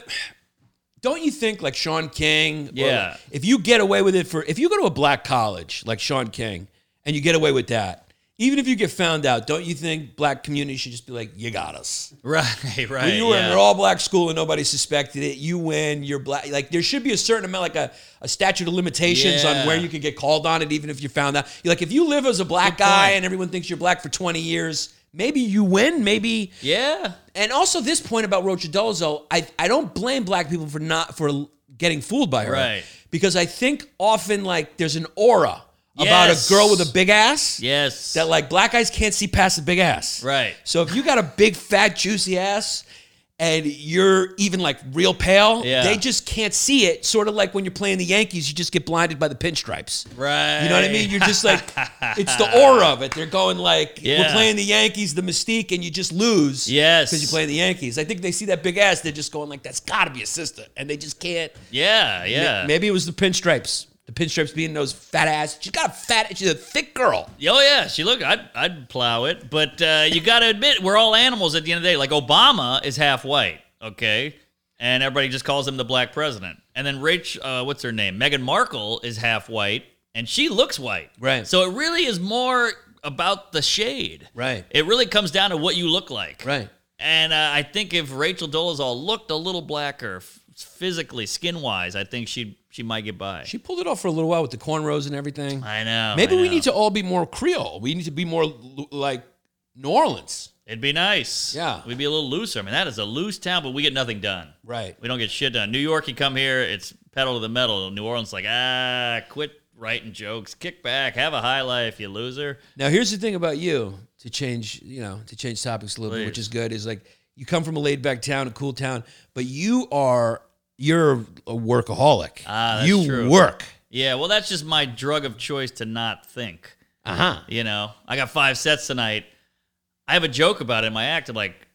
[SPEAKER 3] don't you think like Sean King? or,
[SPEAKER 4] Yeah.
[SPEAKER 3] like, if you get away with it for if you go to a black college like Sean King and you get away with that, even if you get found out, don't you think black community should just be like, you got us.
[SPEAKER 4] Right, right.
[SPEAKER 3] When you were in an all black school and nobody suspected it, you win, you're black. Like, there should be a certain amount, like a, a statute of limitations
[SPEAKER 4] Yeah.
[SPEAKER 3] on where you could get called on it, even if you found out. You're like, if you live as a black guy
[SPEAKER 4] point.
[SPEAKER 3] and everyone thinks you're black for 20 years, maybe you win, maybe.
[SPEAKER 4] yeah.
[SPEAKER 3] And also, this point about Rocha Dolezal, I, I don't blame black people for not, for getting fooled by her.
[SPEAKER 4] Right.
[SPEAKER 3] Because I think often, like, there's an aura about
[SPEAKER 4] Yes.
[SPEAKER 3] a girl with a big ass
[SPEAKER 4] Yes.
[SPEAKER 3] that like black guys can't see past the big ass.
[SPEAKER 4] Right.
[SPEAKER 3] So if you got a big fat juicy ass and you're even like real pale,
[SPEAKER 4] Yeah.
[SPEAKER 3] they just can't see it. Sort of like when you're playing the Yankees, you just get blinded by the pinstripes.
[SPEAKER 4] Right.
[SPEAKER 3] You know what I mean? You're just like, it's the aura of it. They're going like, we're
[SPEAKER 4] Yeah.
[SPEAKER 3] playing the Yankees, the mystique, and you just lose.
[SPEAKER 4] Yes.
[SPEAKER 3] Because you're playing the Yankees. I think they see that big ass, they're just going like, that's got to be a sister. And they just can't.
[SPEAKER 4] Yeah, yeah.
[SPEAKER 3] Maybe it was the pinstripes. The pinstripes being those fat ass. She's got a fat, she's a thick girl.
[SPEAKER 4] Oh yeah, she look. I'd I'd plow it, but uh, you got to admit we're all animals at the end of the day. Like Obama is half white, okay, and everybody just calls him the black president. And then Rach, uh, what's her name? Meghan Markle is half white, and she looks white.
[SPEAKER 3] Right.
[SPEAKER 4] So it really is more about the shade.
[SPEAKER 3] Right.
[SPEAKER 4] It really comes down to what you look like.
[SPEAKER 3] Right.
[SPEAKER 4] And uh, I think if Rachel Dolezal looked a little blacker, f- physically, skin wise, I think she she might get by.
[SPEAKER 3] She pulled it off for a little while with the cornrows and everything.
[SPEAKER 4] I know.
[SPEAKER 3] Maybe
[SPEAKER 4] I
[SPEAKER 3] we
[SPEAKER 4] know.
[SPEAKER 3] need to all be more Creole. We need to be more l- like New Orleans.
[SPEAKER 4] It'd be nice.
[SPEAKER 3] Yeah.
[SPEAKER 4] We'd be a little looser. I mean, that is a loose town, but we get nothing done.
[SPEAKER 3] Right.
[SPEAKER 4] We don't get shit done. New York, you come here, it's pedal to the metal. New Orleans, like, ah, quit writing jokes, kick back, have a high life, you loser.
[SPEAKER 3] Now here's the thing about you to change, you know, to change topics a little bit, which
[SPEAKER 4] Please.
[SPEAKER 3] is good. Is like you come from a laid back town, a cool town, but you are you're a workaholic.
[SPEAKER 4] Ah, that's
[SPEAKER 3] you
[SPEAKER 4] true.
[SPEAKER 3] work.
[SPEAKER 4] Yeah, well, that's just my drug of choice to not think.
[SPEAKER 3] Uh huh.
[SPEAKER 4] You know, I got five sets tonight. I have a joke about it in my act. I'm like,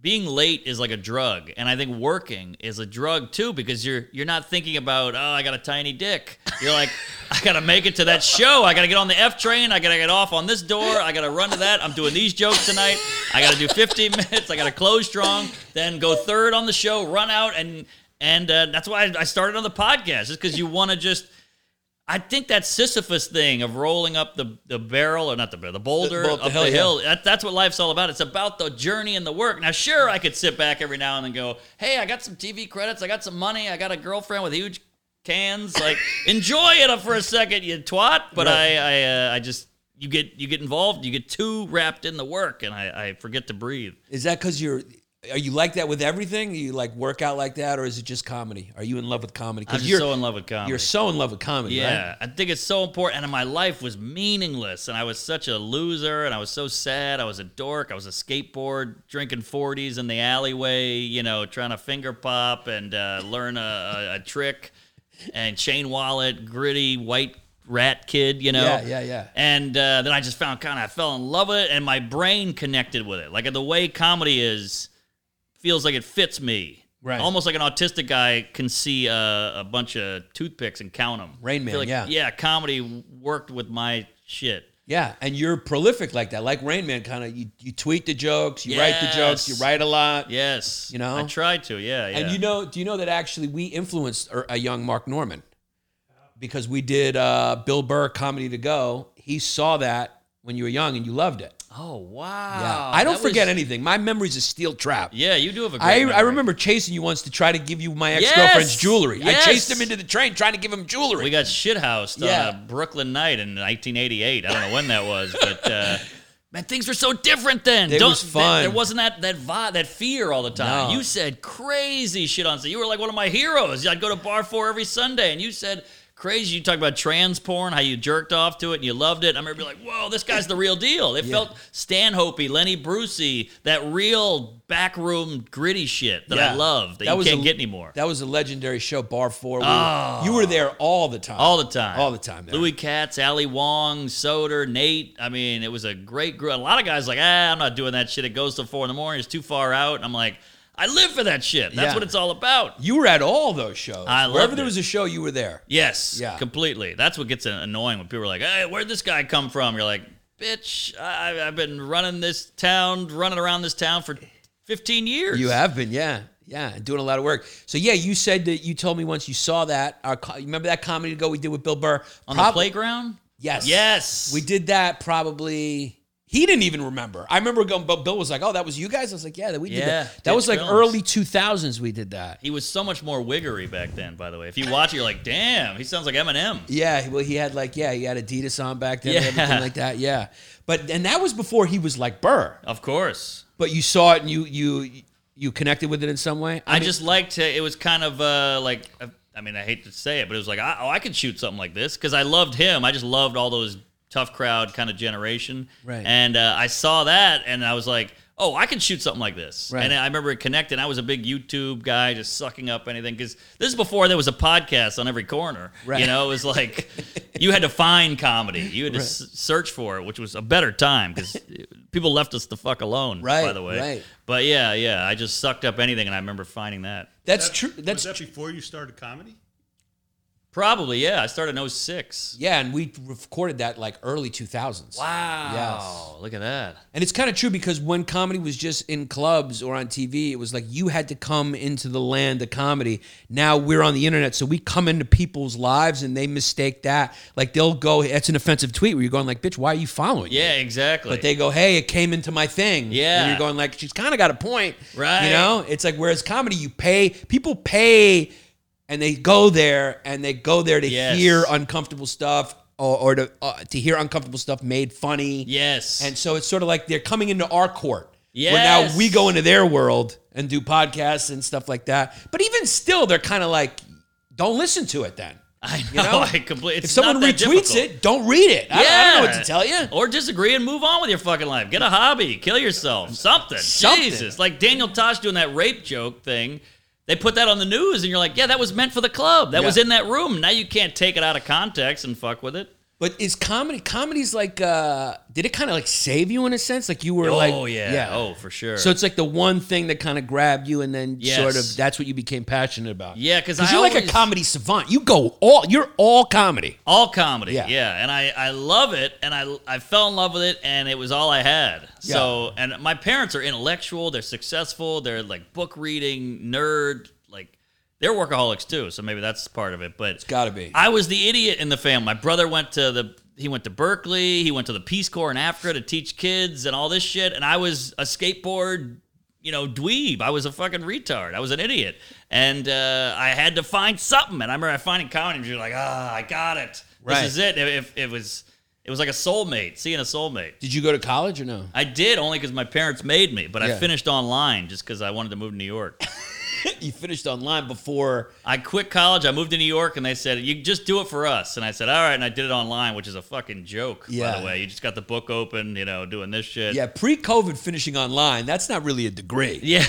[SPEAKER 4] being late is like a drug, and I think working is a drug too because you're you're not thinking about oh I got a tiny dick. You're like I gotta make it to that show. I gotta get on the F train. I gotta get off on this door. I gotta run to that. I'm doing these jokes tonight. I gotta do 15 minutes. I gotta close strong, then go third on the show, run out, and and uh, that's why I started on the podcast. Just because you want to just I think that Sisyphus thing of rolling up the, the barrel, or not the barrel, the boulder
[SPEAKER 3] The- up the
[SPEAKER 4] up
[SPEAKER 3] hill,
[SPEAKER 4] the
[SPEAKER 3] yeah.
[SPEAKER 4] hill. That, that's what life's all about. It's about the journey and the work. Now, sure, I could sit back every now and then go, hey, I got some TV credits. I got some money. I got a girlfriend with huge cans. Like, enjoy it for a second, you twat. But I, I, uh, I just, you get, you get involved. You get too wrapped in the work, and I, I forget to breathe.
[SPEAKER 3] Is that because you're? Are you like that with everything? You like work out like that, or is it just comedy? Are you in love with comedy?
[SPEAKER 4] I'm just
[SPEAKER 3] you're
[SPEAKER 4] so in love with comedy.
[SPEAKER 3] you're so in love with comedy.
[SPEAKER 4] Yeah,
[SPEAKER 3] right?
[SPEAKER 4] I think it's so important. And my life was meaningless, and I was such a loser, and I was so sad. I was a dork. I was a skateboard drinking forties in the alleyway, you know, trying to finger pop and uh, learn a, a, a trick, and chain wallet, gritty white rat kid, you know.
[SPEAKER 3] Yeah, yeah, yeah.
[SPEAKER 4] And uh, then I just found kind of I fell in love with it, and my brain connected with it. Like the way comedy is feels like it fits me.
[SPEAKER 3] Right.
[SPEAKER 4] Almost like an autistic guy can see uh, a bunch of toothpicks and count them.
[SPEAKER 3] Rain Man, yeah.
[SPEAKER 4] Yeah, comedy worked with my shit.
[SPEAKER 3] Yeah, and you're prolific like that, like Rain Man. Kind of you, you tweet the jokes, you write the jokes, you
[SPEAKER 4] Yes.
[SPEAKER 3] write a lot.
[SPEAKER 4] Yes.
[SPEAKER 3] You know?
[SPEAKER 4] I tried to, yeah, yeah.
[SPEAKER 3] And you know, do you know that actually we influenced er, a- a young Mark Norman because we did uh, Bill Burr comedy to go. He saw that when you were young and you loved it.
[SPEAKER 4] Oh, wow.
[SPEAKER 3] Yeah, I don't
[SPEAKER 4] That
[SPEAKER 3] forget
[SPEAKER 4] was-
[SPEAKER 3] anything. My memory's a steel trap.
[SPEAKER 4] Yeah, you do have a great
[SPEAKER 3] I, I
[SPEAKER 4] memory.
[SPEAKER 3] remember chasing you once to try to give you my ex
[SPEAKER 4] Yes!
[SPEAKER 3] girlfriend's jewelry.
[SPEAKER 4] Yes!
[SPEAKER 3] I chased him into the train trying to give him jewelry.
[SPEAKER 4] We got shithoused
[SPEAKER 3] Yeah.
[SPEAKER 4] on a Brooklyn night in 1988. I don't know when that was, but uh, man, things were so different then.
[SPEAKER 3] They
[SPEAKER 4] Don't-
[SPEAKER 3] was
[SPEAKER 4] th-
[SPEAKER 3] fun.
[SPEAKER 4] there wasn't that that vi- that fear all the time.
[SPEAKER 3] No.
[SPEAKER 4] You said crazy shit on set. You were like one of my heroes. I'd go to bar four every Sunday, and you said. Crazy, you talked about trans porn, how you jerked off to it and you loved it. I remember being like, whoa, this guy's the real deal. It felt Stanhope, Lenny Brucey, that real backroom gritty shit that I
[SPEAKER 3] Yeah.
[SPEAKER 4] love that,
[SPEAKER 3] That
[SPEAKER 4] you
[SPEAKER 3] was
[SPEAKER 4] can't
[SPEAKER 3] a-
[SPEAKER 4] get anymore. Oh.
[SPEAKER 3] that was a legendary show, Bar Four. We were- you were there all the time.
[SPEAKER 4] All the time.
[SPEAKER 3] All the time. There.
[SPEAKER 4] Louis Katz, Ali Wong, Soder, Nate. I mean, it was a great group. A lot of guys like, ah, I'm not doing that shit. It goes till four in the morning. It's too far out. And I'm like, I live for that shit. That's
[SPEAKER 3] Yeah.
[SPEAKER 4] what it's all about.
[SPEAKER 3] you were at all those shows.
[SPEAKER 4] I
[SPEAKER 3] Wherever
[SPEAKER 4] loved
[SPEAKER 3] there
[SPEAKER 4] it.
[SPEAKER 3] was a show, you were there.
[SPEAKER 4] Yes.
[SPEAKER 3] Yeah.
[SPEAKER 4] Completely. That's what gets annoying when people are like, hey, where'd this guy come from? You're like, bitch, I, I've been running this town, running around this town for 15 years.
[SPEAKER 3] You have been, yeah, yeah, and doing a lot of work. So yeah, you said that you told me once you saw that. Our co- you remember that comedy to go we did with Bill Burr
[SPEAKER 4] On the
[SPEAKER 3] Prob-
[SPEAKER 4] playground?
[SPEAKER 3] Yes,
[SPEAKER 4] Yes.
[SPEAKER 3] we did that. Probably he didn't even remember. I remember going, but Bill was like, "Oh, that was you guys." I was like, "Yeah, that we did
[SPEAKER 4] Yeah,
[SPEAKER 3] that." That was
[SPEAKER 4] Ditch
[SPEAKER 3] like
[SPEAKER 4] Films.
[SPEAKER 3] early two thousands. We did that.
[SPEAKER 4] He was so much more wiggery back then, by the way. If you watch it, you're like, damn, he sounds like Eminem.
[SPEAKER 3] Yeah, well, he had like yeah, he had Adidas on back then, and
[SPEAKER 4] Yeah.
[SPEAKER 3] everything like that. Yeah, but and that was before he was like Burr.
[SPEAKER 4] Of course.
[SPEAKER 3] But you saw it and you you you connected with it in some way.
[SPEAKER 4] I,
[SPEAKER 3] mean,
[SPEAKER 4] just liked it. It was kind of uh, like I mean, I hate to say it, but it was like I, oh, I could shoot something like this because I loved him. I just loved all those tough crowd kind of generation.
[SPEAKER 3] Right.
[SPEAKER 4] And uh, I saw that, and I was like, oh, I can shoot something like this.
[SPEAKER 3] Right.
[SPEAKER 4] And I remember it connected. I was a big YouTube guy, just sucking up anything because this is before there was a podcast on every corner.
[SPEAKER 3] Right.
[SPEAKER 4] You know, it was like you had to find comedy, you had to s- search for it, which was a better time because people left us the fuck alone.
[SPEAKER 3] Right,
[SPEAKER 4] By the way.
[SPEAKER 3] right.
[SPEAKER 4] But yeah, yeah, I just sucked up anything, and I remember finding that.
[SPEAKER 3] That's true. That's
[SPEAKER 5] was that
[SPEAKER 3] tr-
[SPEAKER 5] before you started comedy?
[SPEAKER 4] Probably, yeah. I started in 06.
[SPEAKER 3] yeah, and we recorded that like early two thousands.
[SPEAKER 4] Wow. Look at that.
[SPEAKER 3] And it's kind of true because when comedy was just in clubs or on TV, it was like you had to come into the land of comedy. Now we're on the internet, so we come into people's lives and they mistake that. Like they'll go, that's an offensive tweet where you're going like, bitch, why are you following? me?"
[SPEAKER 4] Yeah, exactly.
[SPEAKER 3] But they go, hey, it came into my thing.
[SPEAKER 4] Yeah.
[SPEAKER 3] And you're going like, she's kind of got a point. You
[SPEAKER 4] Right.
[SPEAKER 3] know, it's like, whereas comedy, you pay, people pay and they go there and they go there to
[SPEAKER 4] Yes.
[SPEAKER 3] hear uncomfortable stuff or, or to, uh, to hear uncomfortable stuff made funny.
[SPEAKER 4] yes.
[SPEAKER 3] And so it's sort of like they're coming into our court. Yeah. Where
[SPEAKER 4] Yes.
[SPEAKER 3] now we go into their world and do podcasts and stuff like that. But even still, they're kind of like, don't listen to it then.
[SPEAKER 4] I know.
[SPEAKER 3] You know?
[SPEAKER 4] I complete, it's
[SPEAKER 3] if someone
[SPEAKER 4] not that
[SPEAKER 3] retweets
[SPEAKER 4] difficult.
[SPEAKER 3] it, don't read it. I, don't, I don't know what to tell you.
[SPEAKER 4] Or disagree and move on with your fucking life. Get a hobby. Kill yourself. Something.
[SPEAKER 3] Something.
[SPEAKER 4] Jesus. Like Daniel Tosh doing that rape joke thing. They put that on the news and you're like, yeah, that was meant for the club. That was
[SPEAKER 3] Yeah.
[SPEAKER 4] in that room. Now you can't take it out of context and fuck with it.
[SPEAKER 3] But is comedy, comedy's like, uh, did it kind of like save you in a sense? Like you were like,
[SPEAKER 4] oh, yeah. Oh, for sure.
[SPEAKER 3] So it's like the one thing that kind of grabbed you, and then
[SPEAKER 4] Yes.
[SPEAKER 3] sort of that's what you became passionate about.
[SPEAKER 4] Yeah, 'cause I
[SPEAKER 3] you're like a
[SPEAKER 4] always-
[SPEAKER 3] comedy savant. You go all, you're all comedy.
[SPEAKER 4] all comedy
[SPEAKER 3] Yeah.
[SPEAKER 4] yeah, and I, I love it and I, I fell in love with it and it was all i had so and my parents are intellectual they're successful they're like book reading nerd like they're workaholics too so maybe that's part of it but
[SPEAKER 3] Gotta be.
[SPEAKER 4] I was the idiot in the family. My brother went to the he went to Berkeley, he went to the Peace Corps in Africa to teach kids and all this shit, and I was a skateboard, you know, dweeb. I was a fucking retard. I was an idiot, and uh, I had to find something. And I remember I finding comedy, and you're like, ah, I got it.
[SPEAKER 3] Right.
[SPEAKER 4] This is it. If, if it was, it was like a soulmate, seeing a soulmate.
[SPEAKER 3] Did you go to college or no?
[SPEAKER 4] I did only because my parents made me, but
[SPEAKER 3] Yeah.
[SPEAKER 4] I finished online just because I wanted to move to New York.
[SPEAKER 3] you finished online before
[SPEAKER 4] I quit college. I moved to New York, and they said, "You just do it for us." And I said, "All right." And I did it online, which is a fucking joke, by
[SPEAKER 3] Yeah.
[SPEAKER 4] the way. You just got the book open, you know, doing this shit.
[SPEAKER 3] Yeah, pre-COVID finishing online, that's not really a degree.
[SPEAKER 4] Yeah.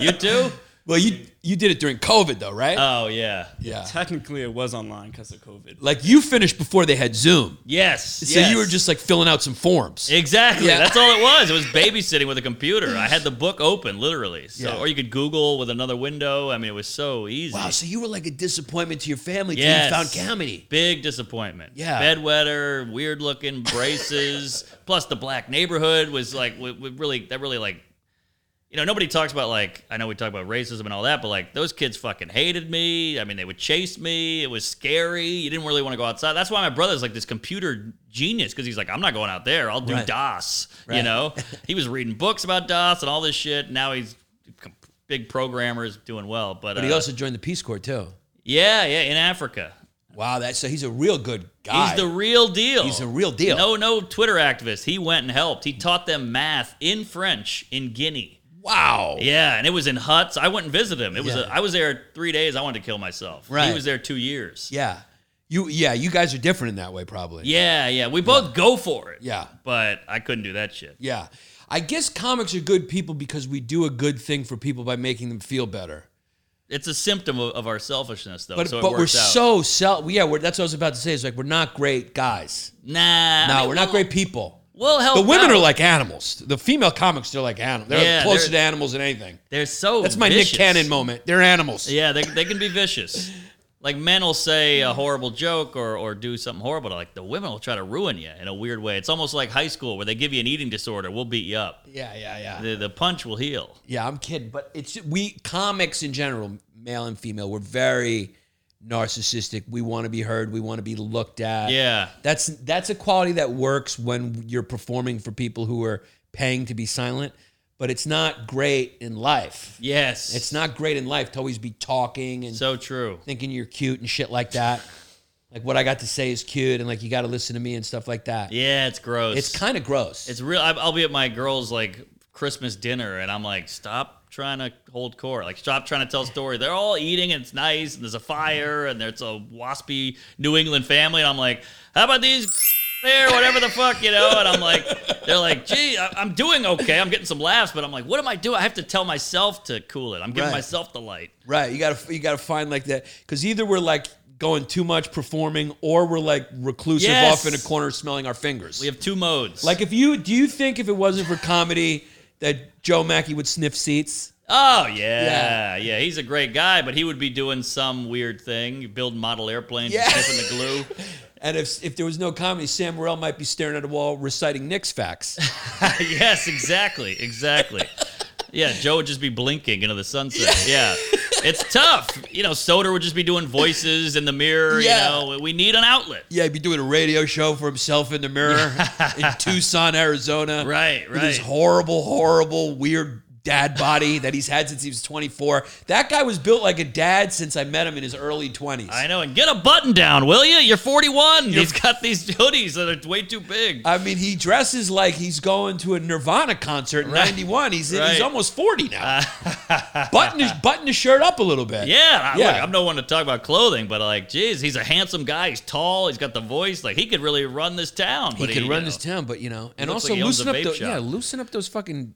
[SPEAKER 4] you too?
[SPEAKER 3] Well, you you did it during COVID though, right?
[SPEAKER 4] Oh yeah.
[SPEAKER 3] yeah.
[SPEAKER 6] Technically, it was online because of COVID.
[SPEAKER 3] Like you finished before they had Zoom.
[SPEAKER 4] Yes.
[SPEAKER 3] So
[SPEAKER 4] yes.
[SPEAKER 3] you were just like filling out some forms.
[SPEAKER 4] exactly.
[SPEAKER 3] Yeah.
[SPEAKER 4] That's all it was. It was babysitting with a computer. I had the book open, literally. So,
[SPEAKER 3] Yeah.
[SPEAKER 4] or you could Google with another window. I mean, it was so easy.
[SPEAKER 3] wow, so you were like a disappointment to your family till
[SPEAKER 4] Yes.
[SPEAKER 3] you found comedy.
[SPEAKER 4] Big disappointment.
[SPEAKER 3] Yeah.
[SPEAKER 4] Bedwetter, weird looking braces. Plus, the black neighborhood was like, we, we really, that really like, you know, nobody talks about like, I know we talk about racism and all that, but like, those kids fucking hated me. I mean, they would chase me. It was scary. You didn't really want to go outside. That's why my brother's like this computer genius because he's like, I'm not going out there. I'll do
[SPEAKER 3] Right.
[SPEAKER 4] DOS.
[SPEAKER 3] Right.
[SPEAKER 4] You know, he was reading books about DOS and all this shit. Now he's a big programmers doing well. But,
[SPEAKER 3] But he
[SPEAKER 4] uh,
[SPEAKER 3] also joined the Peace Corps too.
[SPEAKER 4] yeah, yeah, in Africa.
[SPEAKER 3] Wow, that so he's a real good guy.
[SPEAKER 4] He's the real deal.
[SPEAKER 3] He's the real deal.
[SPEAKER 4] No, no Twitter activist. He went and helped. He taught them math in French in Guinea.
[SPEAKER 3] wow.
[SPEAKER 4] Yeah, and it was in huts. I went and visited him. It was
[SPEAKER 3] Yeah.
[SPEAKER 4] a, I was there three days. I wanted to kill myself.
[SPEAKER 3] Right.
[SPEAKER 4] He was there two years.
[SPEAKER 3] Yeah. You yeah, you guys are different in that way probably.
[SPEAKER 4] yeah, yeah. We both go for it.
[SPEAKER 3] Yeah.
[SPEAKER 4] but I couldn't do that shit.
[SPEAKER 3] Yeah. I guess comics are good people because we do a good thing for people by making them feel better.
[SPEAKER 4] It's a symptom of, of our selfishness, though.
[SPEAKER 3] But
[SPEAKER 4] Oh, so it
[SPEAKER 3] but we're
[SPEAKER 4] works out.
[SPEAKER 3] so self. Yeah, we're, that's what I was about to say. Is like we're not great guys.
[SPEAKER 4] nah.
[SPEAKER 3] No,
[SPEAKER 4] I mean,
[SPEAKER 3] we're not
[SPEAKER 4] we'll- oh,
[SPEAKER 3] great people.
[SPEAKER 4] We'll help.
[SPEAKER 3] The women
[SPEAKER 4] out.
[SPEAKER 3] are like animals. The female comics, they're like animals. They're
[SPEAKER 4] Yeah,
[SPEAKER 3] closer to
[SPEAKER 4] they're-
[SPEAKER 3] animals than anything.
[SPEAKER 4] they're so.
[SPEAKER 3] That's my Nick
[SPEAKER 4] vicious.
[SPEAKER 3] Cannon moment. They're animals.
[SPEAKER 4] Yeah, they, they can be vicious. Like men will say a horrible joke or, or do something horrible. Like the women will try to ruin you in a weird way. It's almost like high school where they give you an eating disorder. We'll beat you up.
[SPEAKER 3] yeah, yeah, yeah.
[SPEAKER 4] The, the punch will heal.
[SPEAKER 3] Yeah, I'm kidding. But it's we comics in general, male and female, we're very narcissistic. We want to be heard. We want to be looked at.
[SPEAKER 4] Yeah.
[SPEAKER 3] That's that's a quality that works when you're performing for people who are paying to be silent, but it's not great in life.
[SPEAKER 4] Yes.
[SPEAKER 3] It's not great in life to always be talking and
[SPEAKER 4] so true.
[SPEAKER 3] thinking you're cute and shit like that. like what I got to say is cute and like you got to listen to me and stuff like that.
[SPEAKER 4] Yeah, it's gross.
[SPEAKER 3] It's kind of gross.
[SPEAKER 4] It's real. I- I'll be at my girl's like Christmas dinner, and I'm like, stop trying to hold court. Like, stop trying to tell a story. They're all eating, and it's nice, and there's a fire, and there's a waspy New England family, and I'm like, how about these there, whatever the fuck, you know. And I'm like, they're like, gee, I- I'm doing okay. I'm getting some laughs, but I'm like, what am I doing? I have to tell myself to cool it. I'm giving
[SPEAKER 3] Right.
[SPEAKER 4] myself the light.
[SPEAKER 3] Right. You gotta you gotta find like that because either we're like going too much performing or we're like reclusive
[SPEAKER 4] Yes.
[SPEAKER 3] off in a corner smelling our fingers.
[SPEAKER 4] We have two modes.
[SPEAKER 3] like if you do you think if it wasn't for comedy that Joe Mackey would sniff seats?
[SPEAKER 4] oh yeah, yeah, He's a great guy, but he would be doing some weird thing, building model airplanes,
[SPEAKER 3] Yeah.
[SPEAKER 4] and sniffing the glue.
[SPEAKER 3] And if if there was no comedy, Sam Morril might be staring at a wall reciting Knicks facts.
[SPEAKER 4] yes, exactly, exactly. Yeah, Joe would just be blinking into the sunset. Yeah. It's tough. You know, Soder would just be doing voices in the mirror.
[SPEAKER 3] Yeah.
[SPEAKER 4] You know, we need an outlet.
[SPEAKER 3] yeah, he'd be doing a radio show for himself in the mirror in Tucson, Arizona.
[SPEAKER 4] Right,
[SPEAKER 3] With his
[SPEAKER 4] right.
[SPEAKER 3] horrible, horrible, weird dad body that he's had since he was 24. That guy was built like a dad since I met him in his early 20s.
[SPEAKER 4] I know. And get a button down, will you? You're 41. He's got these hoodies that are way too big.
[SPEAKER 3] I mean, he dresses like he's going to a Nirvana concert in
[SPEAKER 4] Right.
[SPEAKER 3] '91. He's he's
[SPEAKER 4] Right.
[SPEAKER 3] almost forty now. button his button his shirt up a little bit.
[SPEAKER 4] yeah, I-
[SPEAKER 3] Yeah.
[SPEAKER 4] Look, I'm no one to talk about clothing, but like, geez, he's a handsome guy. He's tall. He's got the voice. Like, he could really run this town.
[SPEAKER 3] he
[SPEAKER 4] but
[SPEAKER 3] could
[SPEAKER 4] you
[SPEAKER 3] run
[SPEAKER 4] know.
[SPEAKER 3] his town, but you know, and
[SPEAKER 4] looks
[SPEAKER 3] also
[SPEAKER 4] like he owns
[SPEAKER 3] loosen
[SPEAKER 4] a
[SPEAKER 3] up
[SPEAKER 4] vape
[SPEAKER 3] those
[SPEAKER 4] shop.
[SPEAKER 3] yeah, loosen up those fucking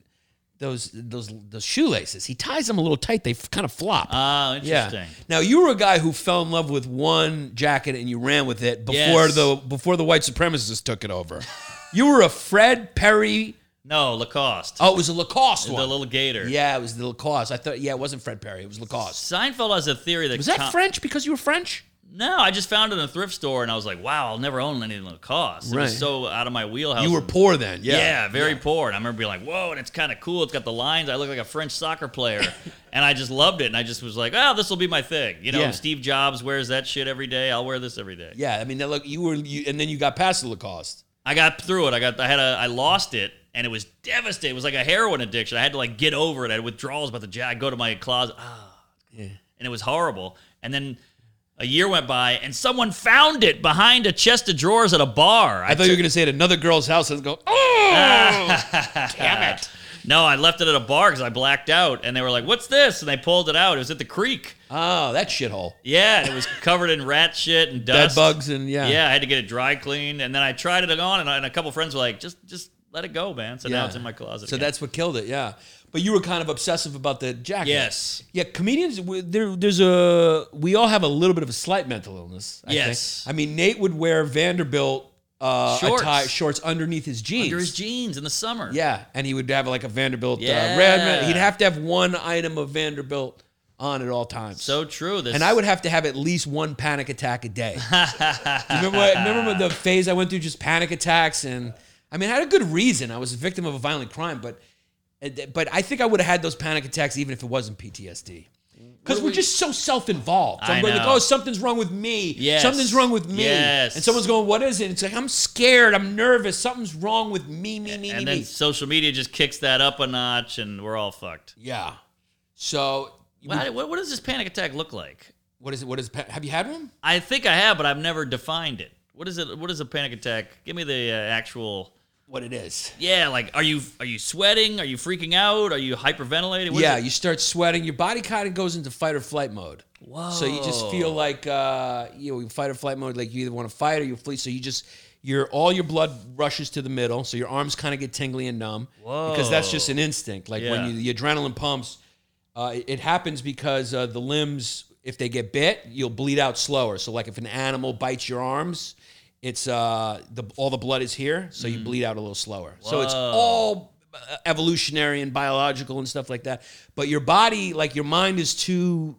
[SPEAKER 3] those those those shoelaces. He ties them a little tight. They kind of flop.
[SPEAKER 4] Oh,
[SPEAKER 3] yeah.
[SPEAKER 4] interesting.
[SPEAKER 3] Now you were a guy who fell in love with one jacket and you ran with it before
[SPEAKER 4] Yes.
[SPEAKER 3] the before the white supremacists took it over. you were a Fred Perry.
[SPEAKER 4] No, Lacoste.
[SPEAKER 3] Oh, it was a Lacoste
[SPEAKER 4] the
[SPEAKER 3] one.
[SPEAKER 4] little gator.
[SPEAKER 3] yeah, it was the Lacoste. I thought. Yeah, it wasn't Fred Perry. It was Lacoste.
[SPEAKER 4] Seinfeld has a theory that
[SPEAKER 3] Was that
[SPEAKER 4] com-
[SPEAKER 3] French because you were French?
[SPEAKER 4] No, I just found it in a thrift store, and I was like, "Wow, I'll never own anything Lacoste." It
[SPEAKER 3] Right.
[SPEAKER 4] was so out of my wheelhouse.
[SPEAKER 3] You were poor then. Yeah.
[SPEAKER 4] yeah, very poor. And I remember being like, "Whoa!" And it's kind of cool. It's got the lines. I look like a French soccer player, and I just loved it. And I just was like, "Oh, this will be my thing." You know,
[SPEAKER 3] Yeah.
[SPEAKER 4] Steve Jobs wears that shit every day. I'll wear this every day.
[SPEAKER 3] Yeah. I mean, that look, you were, you, and then you got past the Lacoste.
[SPEAKER 4] I got through it. I got. I had a. I lost it, and it was devastating. It was like a heroin addiction. I had to like get over it. I had withdrawals about the jack. I'd go to my closet. Ah, and it was horrible. And then a year went by, and someone found it behind a chest of drawers at a bar.
[SPEAKER 3] I thought you were going to say at another girl's house and go, oh, damn it.
[SPEAKER 4] no, I left it at a bar because I blacked out, and they were like, "What's this?" And they pulled it out. It was at the creek.
[SPEAKER 3] Oh, that shithole.
[SPEAKER 4] Yeah, and it was covered in rat shit and
[SPEAKER 3] Bed
[SPEAKER 4] dust.
[SPEAKER 3] bugs and yeah.
[SPEAKER 4] Yeah, I had to get it dry cleaned, and then I tried it on, and, I, and a couple friends were like, "Just, just let it go, man." So
[SPEAKER 3] Yeah.
[SPEAKER 4] now it's in my closet.
[SPEAKER 3] So
[SPEAKER 4] again.
[SPEAKER 3] that's what killed it. Yeah. But you were kind of obsessive about the jacket.
[SPEAKER 4] Yes.
[SPEAKER 3] Yeah. Comedians, we- there, there's a, we all have a little bit of a slight mental illness. I
[SPEAKER 4] Yes.
[SPEAKER 3] Think. I mean, Nate would wear Vanderbilt uh,
[SPEAKER 4] Shorts.
[SPEAKER 3] shorts. shorts underneath his jeans.
[SPEAKER 4] under his jeans in the summer.
[SPEAKER 3] Yeah, and he would have like a Vanderbilt
[SPEAKER 4] Yeah.
[SPEAKER 3] uh, red. man- He'd have to have one item of Vanderbilt on at all times.
[SPEAKER 4] so true. This
[SPEAKER 3] and I would have to have at least one panic attack a day. Do you remember what, remember the phase I went through, just panic attacks, and I mean, I had a good reason. I was a victim of a violent crime, but uh, but I think I would have had those panic attacks even if it wasn't PTSD. Because we're just so self-involved. So
[SPEAKER 4] I
[SPEAKER 3] I'm going
[SPEAKER 4] know.
[SPEAKER 3] like, oh, something's wrong with me.
[SPEAKER 4] Yes.
[SPEAKER 3] Something's wrong with me.
[SPEAKER 4] Yes.
[SPEAKER 3] And someone's going, what is it? it's like, I'm scared. I'm nervous. Something's wrong with me, me, me, me,
[SPEAKER 4] and then
[SPEAKER 3] me.
[SPEAKER 4] social media just kicks that up a notch, and we're all fucked.
[SPEAKER 3] Yeah. So
[SPEAKER 4] What, what, what does this panic attack look like?
[SPEAKER 3] what is it? What is pa- have you had one?
[SPEAKER 4] I think I have, but I've never defined it. What is it? What is a panic attack? Give me the uh, actual.
[SPEAKER 3] What it is?
[SPEAKER 4] Yeah, like are you are you sweating? Are you freaking out? Are you hyperventilating? What is
[SPEAKER 3] yeah,
[SPEAKER 4] it?
[SPEAKER 3] you start sweating. Your body kind of goes into fight or flight mode. Whoa. So you just feel like uh, you know fight or flight mode. Like you either want to fight or you flee. So you just your all your blood rushes to the middle. So your arms kind of get tingly and numb. Whoa. Because that's just an instinct. Like
[SPEAKER 4] Yeah.
[SPEAKER 3] when you, the adrenaline pumps, uh, it, it happens because uh, the limbs, if they get bit, you'll bleed out slower. So like if an animal bites your arms. It's uh the all the blood is here, so you bleed out a little slower. So it's all uh, evolutionary and biological and stuff like that. But your body, like your mind, is too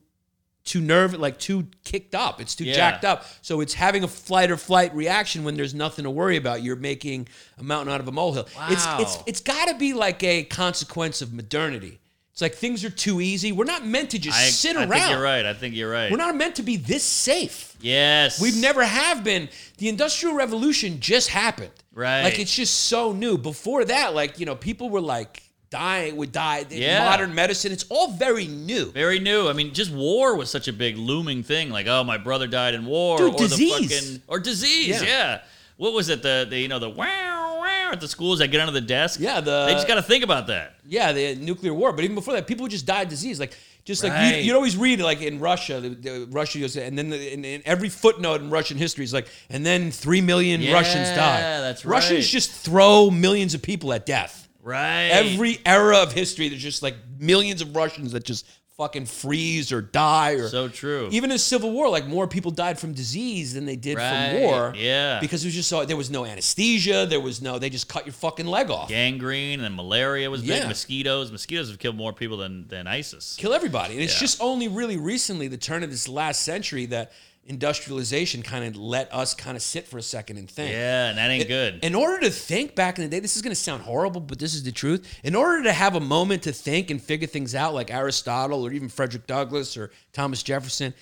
[SPEAKER 3] too nerve like too kicked up. It's too
[SPEAKER 4] Yeah.
[SPEAKER 3] jacked up. So it's having a flight or flight reaction when there's nothing to worry about. You're making a mountain out of a molehill. It's it's
[SPEAKER 4] Wow.
[SPEAKER 3] it's got to be like a consequence of modernity. It's like things are too easy. We're not meant to just
[SPEAKER 4] I,
[SPEAKER 3] sit
[SPEAKER 4] I
[SPEAKER 3] around.
[SPEAKER 4] think you're right. I think you're right.
[SPEAKER 3] We're not meant to be this safe.
[SPEAKER 4] Yes,
[SPEAKER 3] We've never have been. The Industrial Revolution just happened.
[SPEAKER 4] Right.
[SPEAKER 3] Like it's just so new. Before that, like, you know, people were like dying would die.
[SPEAKER 4] Yeah.
[SPEAKER 3] Modern medicine, it's all very new.
[SPEAKER 4] Very new. I mean, just war was such a big looming thing. Like, oh, my brother died in war,
[SPEAKER 3] Dude,
[SPEAKER 4] or
[SPEAKER 3] disease.
[SPEAKER 4] the fucking or disease. Yeah.
[SPEAKER 3] Yeah.
[SPEAKER 4] What was it? The, the you know the wow wow there at the schools that get under the desk.
[SPEAKER 3] Yeah, the- uh,
[SPEAKER 4] they just got to think about that.
[SPEAKER 3] Yeah, the nuclear war. But even before that, people would just die of disease. Like just like
[SPEAKER 4] Right.
[SPEAKER 3] you, you'd always read like in Russia, the, the Russia goes, and then the, in, in every footnote in Russian history is like, and then three million Russians die.
[SPEAKER 4] Yeah, that's
[SPEAKER 3] Russians
[SPEAKER 4] right.
[SPEAKER 3] just throw millions of people at death.
[SPEAKER 4] Right.
[SPEAKER 3] Every era of history, there's just like millions of Russians that just fucking freeze or die or
[SPEAKER 4] so true.
[SPEAKER 3] even in Civil War, like more people died from disease than they did
[SPEAKER 4] Right,
[SPEAKER 3] from war.
[SPEAKER 4] yeah.
[SPEAKER 3] because it was just so there was no anesthesia, there was no they just cut your fucking leg off,
[SPEAKER 4] gangrene and malaria was big.
[SPEAKER 3] Yeah.
[SPEAKER 4] Mosquitoes. Mosquitoes have killed more people than than ISIS.
[SPEAKER 3] kill everybody. And it's
[SPEAKER 4] Yeah.
[SPEAKER 3] just only really recently, the turn of this last century, that industrialization kind of let us kind of sit for a second and think.
[SPEAKER 4] Yeah, and that ain't good.
[SPEAKER 3] In order to think back in the day, this is going to sound horrible, but this is the truth. In order to have a moment to think and figure things out, like Aristotle or even Frederick Douglass or Thomas Jefferson,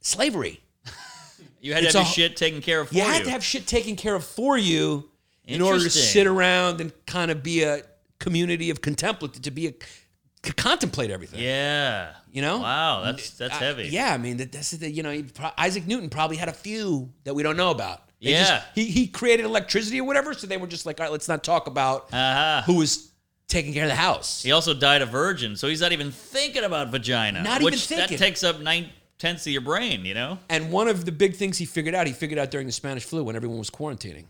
[SPEAKER 3] slavery.
[SPEAKER 4] you had to
[SPEAKER 3] it's
[SPEAKER 4] have your
[SPEAKER 3] a-
[SPEAKER 4] shit taken care of for
[SPEAKER 3] you
[SPEAKER 4] you.
[SPEAKER 3] had to have shit taken care of for you in order to
[SPEAKER 4] Interesting.
[SPEAKER 3] sit around and kind of be a community of contemplate to be a to contemplate everything
[SPEAKER 4] yeah.
[SPEAKER 3] you know
[SPEAKER 4] Wow, that's that's
[SPEAKER 3] I-
[SPEAKER 4] heavy.
[SPEAKER 3] yeah i mean that, that's the you know he pro- isaac newton probably had a few that we don't know about They
[SPEAKER 4] Yeah.
[SPEAKER 3] just- he, he created electricity or whatever so they were just like all right let's not talk about
[SPEAKER 4] Uh-huh.
[SPEAKER 3] who was taking care of the house
[SPEAKER 4] He also died a virgin, so he's not even thinking about vagina.
[SPEAKER 3] Not
[SPEAKER 4] which
[SPEAKER 3] even thinking.
[SPEAKER 4] That takes up nine tenths of your brain, you know?
[SPEAKER 3] and one of the big things he figured out he figured out during the spanish flu when everyone was quarantining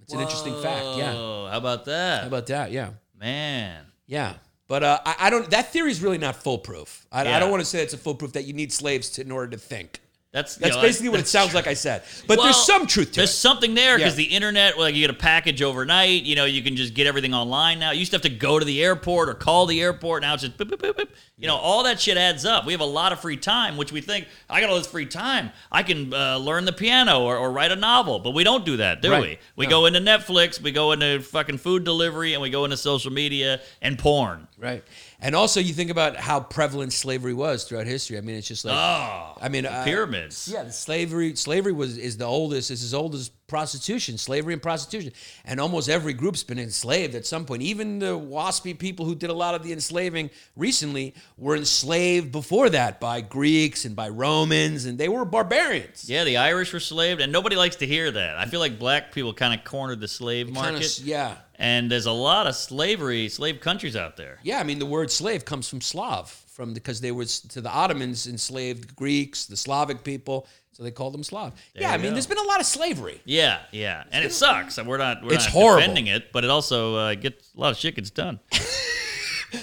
[SPEAKER 3] it's an interesting fact yeah how
[SPEAKER 4] Oh, how about that?
[SPEAKER 3] about that yeah
[SPEAKER 4] Man.
[SPEAKER 3] Yeah, but uh, I, I don't. That theory is really not foolproof. I,
[SPEAKER 4] Yeah.
[SPEAKER 3] I don't want to say it's a foolproof that you need slaves to, in order to think.
[SPEAKER 4] That's you
[SPEAKER 3] That's
[SPEAKER 4] know,
[SPEAKER 3] basically what it
[SPEAKER 4] that's
[SPEAKER 3] sounds
[SPEAKER 4] true.
[SPEAKER 3] like. I said, but
[SPEAKER 4] Well,
[SPEAKER 3] there's some truth to
[SPEAKER 4] There's
[SPEAKER 3] it.
[SPEAKER 4] something there because
[SPEAKER 3] Yeah.
[SPEAKER 4] the internet, like you get a package overnight, you know, you can just get everything online now. You used to have to go to the airport or call the airport. Now it's just, boop, boop, boop, boop. you know, all that shit adds up. We have a lot of free time, which we think, I got all this free time. I can uh, learn the piano or, or write a novel, but we don't do that, do
[SPEAKER 3] Right.
[SPEAKER 4] we? We
[SPEAKER 3] No.
[SPEAKER 4] go into Netflix, we go into fucking food delivery, and we go into social media and porn.
[SPEAKER 3] Right, and also you think about how prevalent slavery was throughout history. I mean, it's just like
[SPEAKER 4] Oh,
[SPEAKER 3] I mean, uh,
[SPEAKER 4] pyramids.
[SPEAKER 3] Yeah, the slavery slavery was is the oldest. It's as old as prostitution, slavery and prostitution, and almost every group's been enslaved at some point. Even the waspy people who did a lot of the enslaving recently were enslaved before that by Greeks and by Romans, and they were barbarians.
[SPEAKER 4] Yeah, the Irish were slaved, and nobody likes to hear that. I feel like black people kind of cornered the slave market.
[SPEAKER 3] Kinda s- yeah,
[SPEAKER 4] And there's a lot of slavery, slave countries out there.
[SPEAKER 3] yeah. I mean, the word slave comes from Slav, from because they were s- to the Ottomans enslaved Greeks, the Slavic people, so they called them Slav. yeah, I
[SPEAKER 4] you
[SPEAKER 3] mean,
[SPEAKER 4] go.
[SPEAKER 3] there's been a lot of slavery.
[SPEAKER 4] Yeah, yeah, and it sucks. and We're not. We're
[SPEAKER 3] It's
[SPEAKER 4] not
[SPEAKER 3] horrible.
[SPEAKER 4] defending it, but it also uh, gets a lot of shit gets done.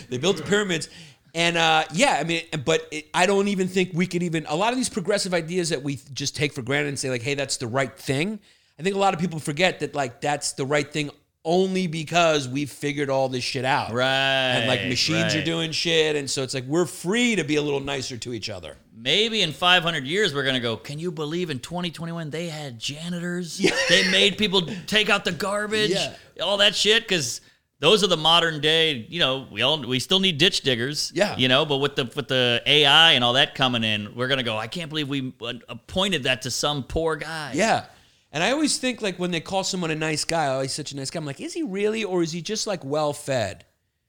[SPEAKER 3] They built the pyramids. And uh, yeah, I mean, but it, I don't even think we could even. A lot of these progressive ideas that we just take for granted and say, like, hey, that's the right thing. I think a lot of people forget that, like, that's the right thing only because we've figured all this shit out.
[SPEAKER 4] Right.
[SPEAKER 3] And like machines are
[SPEAKER 4] right.
[SPEAKER 3] doing shit. And so it's like we're free to be a little nicer to each other.
[SPEAKER 4] Maybe in 500 years we're gonna go. Can you believe in 2021 they had janitors? They made people take out the garbage.
[SPEAKER 3] Yeah.
[SPEAKER 4] All that shit because. Those are the modern day, you know. We all we still need ditch diggers,
[SPEAKER 3] Yeah.
[SPEAKER 4] You know, but with the with the AI and all that coming in, we're gonna go. I can't believe we uh, appointed that to some poor guy.
[SPEAKER 3] Yeah. And I always think, like, when they call someone a nice guy, oh, he's such a nice guy. I'm like, is he really, or is he just like well fed?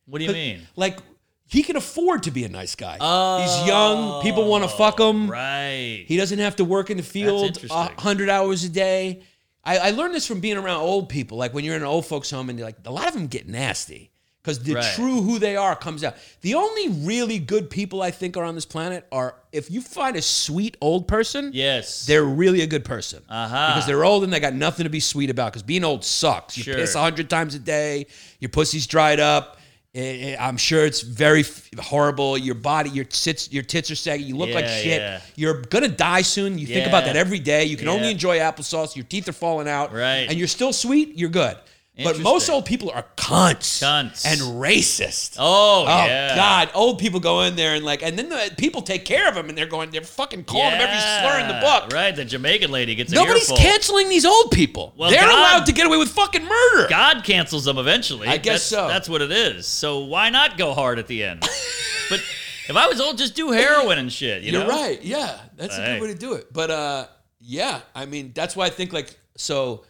[SPEAKER 4] What do you mean?
[SPEAKER 3] Like, he can afford to be a nice guy. he's young. People want to fuck him.
[SPEAKER 4] Oh, Right.
[SPEAKER 3] He doesn't have to work in the field
[SPEAKER 4] interesting.
[SPEAKER 3] a hundred hours a day. I, I learned this from being around old people. Like when you're in an old folks' home, and you're like, a lot of them get nasty because the
[SPEAKER 4] Right.
[SPEAKER 3] true who they are comes out. The only really good people I think are on this planet are if you find a sweet old person,
[SPEAKER 4] yes.
[SPEAKER 3] they're really a good person
[SPEAKER 4] Uh-huh.
[SPEAKER 3] because they're old and they got nothing to be sweet about. Because being old sucks. You
[SPEAKER 4] Sure.
[SPEAKER 3] piss a hundred times a day. Your pussy's dried up. Eh, eh, I'm sure it's very f- horrible. Your body, your tits, your tits are saggy. You look like
[SPEAKER 4] Yeah,
[SPEAKER 3] shit.
[SPEAKER 4] yeah.
[SPEAKER 3] You're gonna die soon. You think about
[SPEAKER 4] Yeah.
[SPEAKER 3] that every day. You can only
[SPEAKER 4] Yeah.
[SPEAKER 3] enjoy applesauce. Your teeth are falling out.
[SPEAKER 4] Right.
[SPEAKER 3] And you're still sweet. You're good. But most
[SPEAKER 4] Interesting.
[SPEAKER 3] old people are cunts,
[SPEAKER 4] Cunts.
[SPEAKER 3] and racist.
[SPEAKER 4] Oh,
[SPEAKER 3] Oh
[SPEAKER 4] yeah.
[SPEAKER 3] God! Old people go in there and like, and then the people take care of them, and they're going, they're fucking calling them every slur in the book.
[SPEAKER 4] Right, the Jamaican lady gets
[SPEAKER 3] Nobody's
[SPEAKER 4] a earful.
[SPEAKER 3] canceling these old people.
[SPEAKER 4] Well,
[SPEAKER 3] They're
[SPEAKER 4] God-
[SPEAKER 3] allowed to get away with fucking murder.
[SPEAKER 4] God cancels them eventually.
[SPEAKER 3] I guess
[SPEAKER 4] that's,
[SPEAKER 3] so.
[SPEAKER 4] That's what it is. So why not go hard at the end? but if I was old, just do heroin and shit. You
[SPEAKER 3] You're
[SPEAKER 4] know?
[SPEAKER 3] right. Yeah, that's a
[SPEAKER 4] Hey.
[SPEAKER 3] good way to do it. But uh, yeah, I mean, that's why I think like so,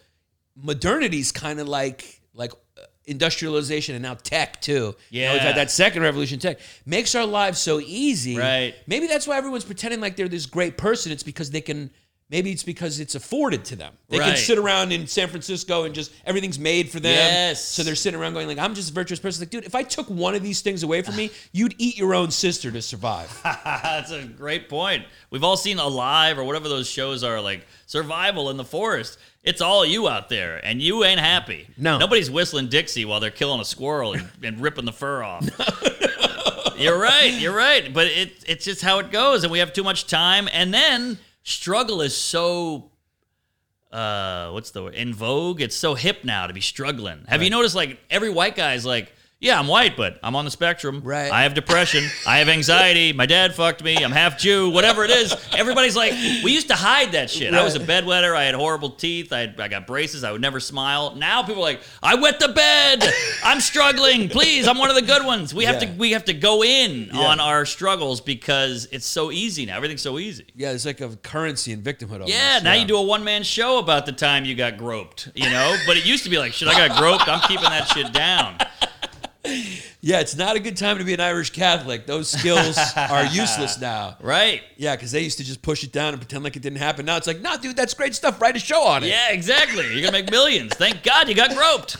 [SPEAKER 3] modernity's kind of like like uh, industrialization and now tech too. You know, we've
[SPEAKER 4] Yeah.
[SPEAKER 3] had that second revolution. Tech makes our lives so easy.
[SPEAKER 4] Right.
[SPEAKER 3] Maybe that's why everyone's pretending like they're this great person. It's because they can Maybe it's because it's afforded to them. They can
[SPEAKER 4] Right.
[SPEAKER 3] sit around in San Francisco and just everything's made for them.
[SPEAKER 4] Yes.
[SPEAKER 3] So they're sitting around going like, "I'm just a virtuous person." Like, dude, if I took one of these things away from me, you'd eat your own sister to survive.
[SPEAKER 4] That's a great point. We've all seen Alive or whatever those shows are, like survival in the forest. It's all you out there, and you ain't happy.
[SPEAKER 3] No.
[SPEAKER 4] nobody's whistling Dixie while they're killing a squirrel and, and ripping the fur off. you're right. You're right. But it it's just how it goes, and we have too much time. And then struggle is so. Uh, what's the word? in vogue? It's so hip now to be struggling. Have you noticed? Like every white guy's like, yeah, I'm white, but I'm on the spectrum.
[SPEAKER 3] Right.
[SPEAKER 4] I have depression. I have anxiety. My dad fucked me. I'm half Jew. Whatever it is, everybody's like, we used to hide that shit. I was a bedwetter. I had horrible teeth. I, had, I got braces. I would never smile. Now people are like, I wet the bed. I'm struggling. Please, I'm one of the good ones. We have
[SPEAKER 3] Yeah.
[SPEAKER 4] to we have to go in on our struggles because it's so easy now. Everything's so easy.
[SPEAKER 3] yeah, it's like a currency in victimhood. Almost.
[SPEAKER 4] Yeah, now you do a one man show about the time you got groped, you know? But it used to be like, shit, I got groped. I'm keeping that shit down.
[SPEAKER 3] Yeah, it's not a good time to be an Irish Catholic. Those skills are useless now.
[SPEAKER 4] Right.
[SPEAKER 3] Yeah, because they used to just push it down and pretend like it didn't happen. Now it's like, no, dude, that's great stuff. Write a show on it.
[SPEAKER 4] Yeah, exactly. You're gonna make millions. Thank God you got groped.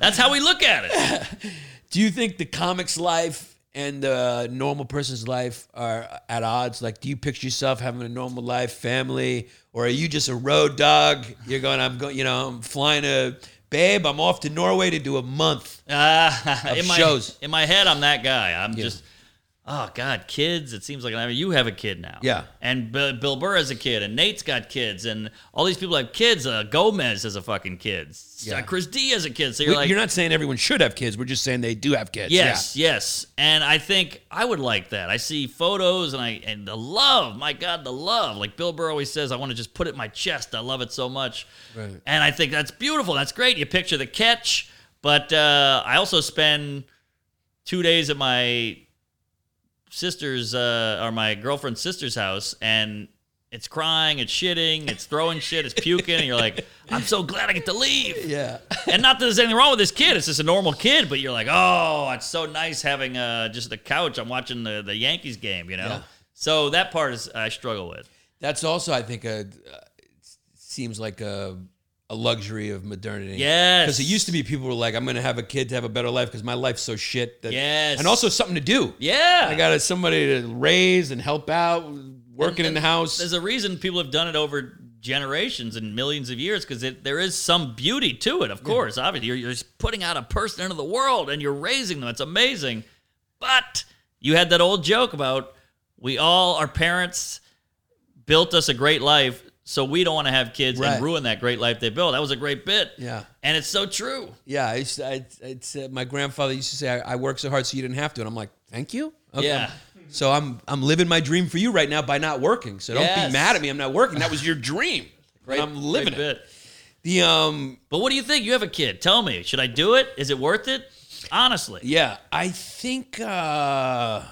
[SPEAKER 4] That's how we look at it.
[SPEAKER 3] Do you think the comic's life and the normal person's life are at odds? Like, do you picture yourself having a normal life, family, or are you just a road dog? You're going, I'm going, you know, I'm flying to, babe, I'm off to Norway to do a month.
[SPEAKER 4] Uh, in my
[SPEAKER 3] shows.
[SPEAKER 4] in my head, I'm that guy. I'm just, oh God, kids. It seems like I mean, you have a kid now.
[SPEAKER 3] Yeah.
[SPEAKER 4] And B- Bill Burr has a kid, and Nate's got kids, and all these people have kids. Uh, Gomez has a fucking kid.
[SPEAKER 3] Yeah.
[SPEAKER 4] Uh, Chris D has a kid. So you're
[SPEAKER 3] We- You're,
[SPEAKER 4] like,
[SPEAKER 3] not saying everyone should have kids. We're just saying they do have kids.
[SPEAKER 4] Yes, yes. And I think I would like that. I see photos and I and the love, my God, the love. Like Bill Burr always says, I want to just put it in my chest. I love it so much.
[SPEAKER 3] Right.
[SPEAKER 4] And I think that's beautiful. That's great. You picture the catch. But uh, I also spend two days at my sister's uh, or my girlfriend's sister's house and it's crying, it's shitting, it's throwing shit, it's puking, and you're like, I'm so glad I get to leave
[SPEAKER 3] Yeah. Yeah.
[SPEAKER 4] and not that there's anything wrong with this kid. It's just a normal kid, but you're like, oh, it's so nice having uh, just the couch. I'm watching the, the Yankees game, you know.
[SPEAKER 3] Yeah.
[SPEAKER 4] So that part is I struggle with.
[SPEAKER 3] That's also, I think, a, uh, seems like a, a luxury of modernity.
[SPEAKER 4] Yes.
[SPEAKER 3] Because it used to be people were like, I'm going to have a kid to have a better life because my life's so shit. That,
[SPEAKER 4] Yes.
[SPEAKER 3] And also something to do.
[SPEAKER 4] Yeah,
[SPEAKER 3] I got somebody to raise and help out, working in the house.
[SPEAKER 4] There's a reason people have done it over generations and millions of years because there is some beauty to it. Of course, obviously, you're, you're just putting out a person into the world and you're raising them. It's amazing. But you had that old joke about we all our parents built us a great life, so we don't want to have kids
[SPEAKER 3] Right.
[SPEAKER 4] and ruin that great life they built. That was a great bit.
[SPEAKER 3] Yeah.
[SPEAKER 4] and it's so true.
[SPEAKER 3] Yeah, I used to, I, it's uh, my grandfather used to say, I, "I work so hard so you didn't have to," and I'm like, "Thank you." Okay.
[SPEAKER 4] Yeah.
[SPEAKER 3] So I'm I'm living my dream for you right now by not working. So don't
[SPEAKER 4] Yes.
[SPEAKER 3] be mad at me. I'm not working. That was your dream. Right. I'm living
[SPEAKER 4] Great
[SPEAKER 3] it.
[SPEAKER 4] bit.
[SPEAKER 3] The um
[SPEAKER 4] But what do you think? You have a kid. Tell me, should I do it? Is it worth it? Honestly,
[SPEAKER 3] yeah, I think uh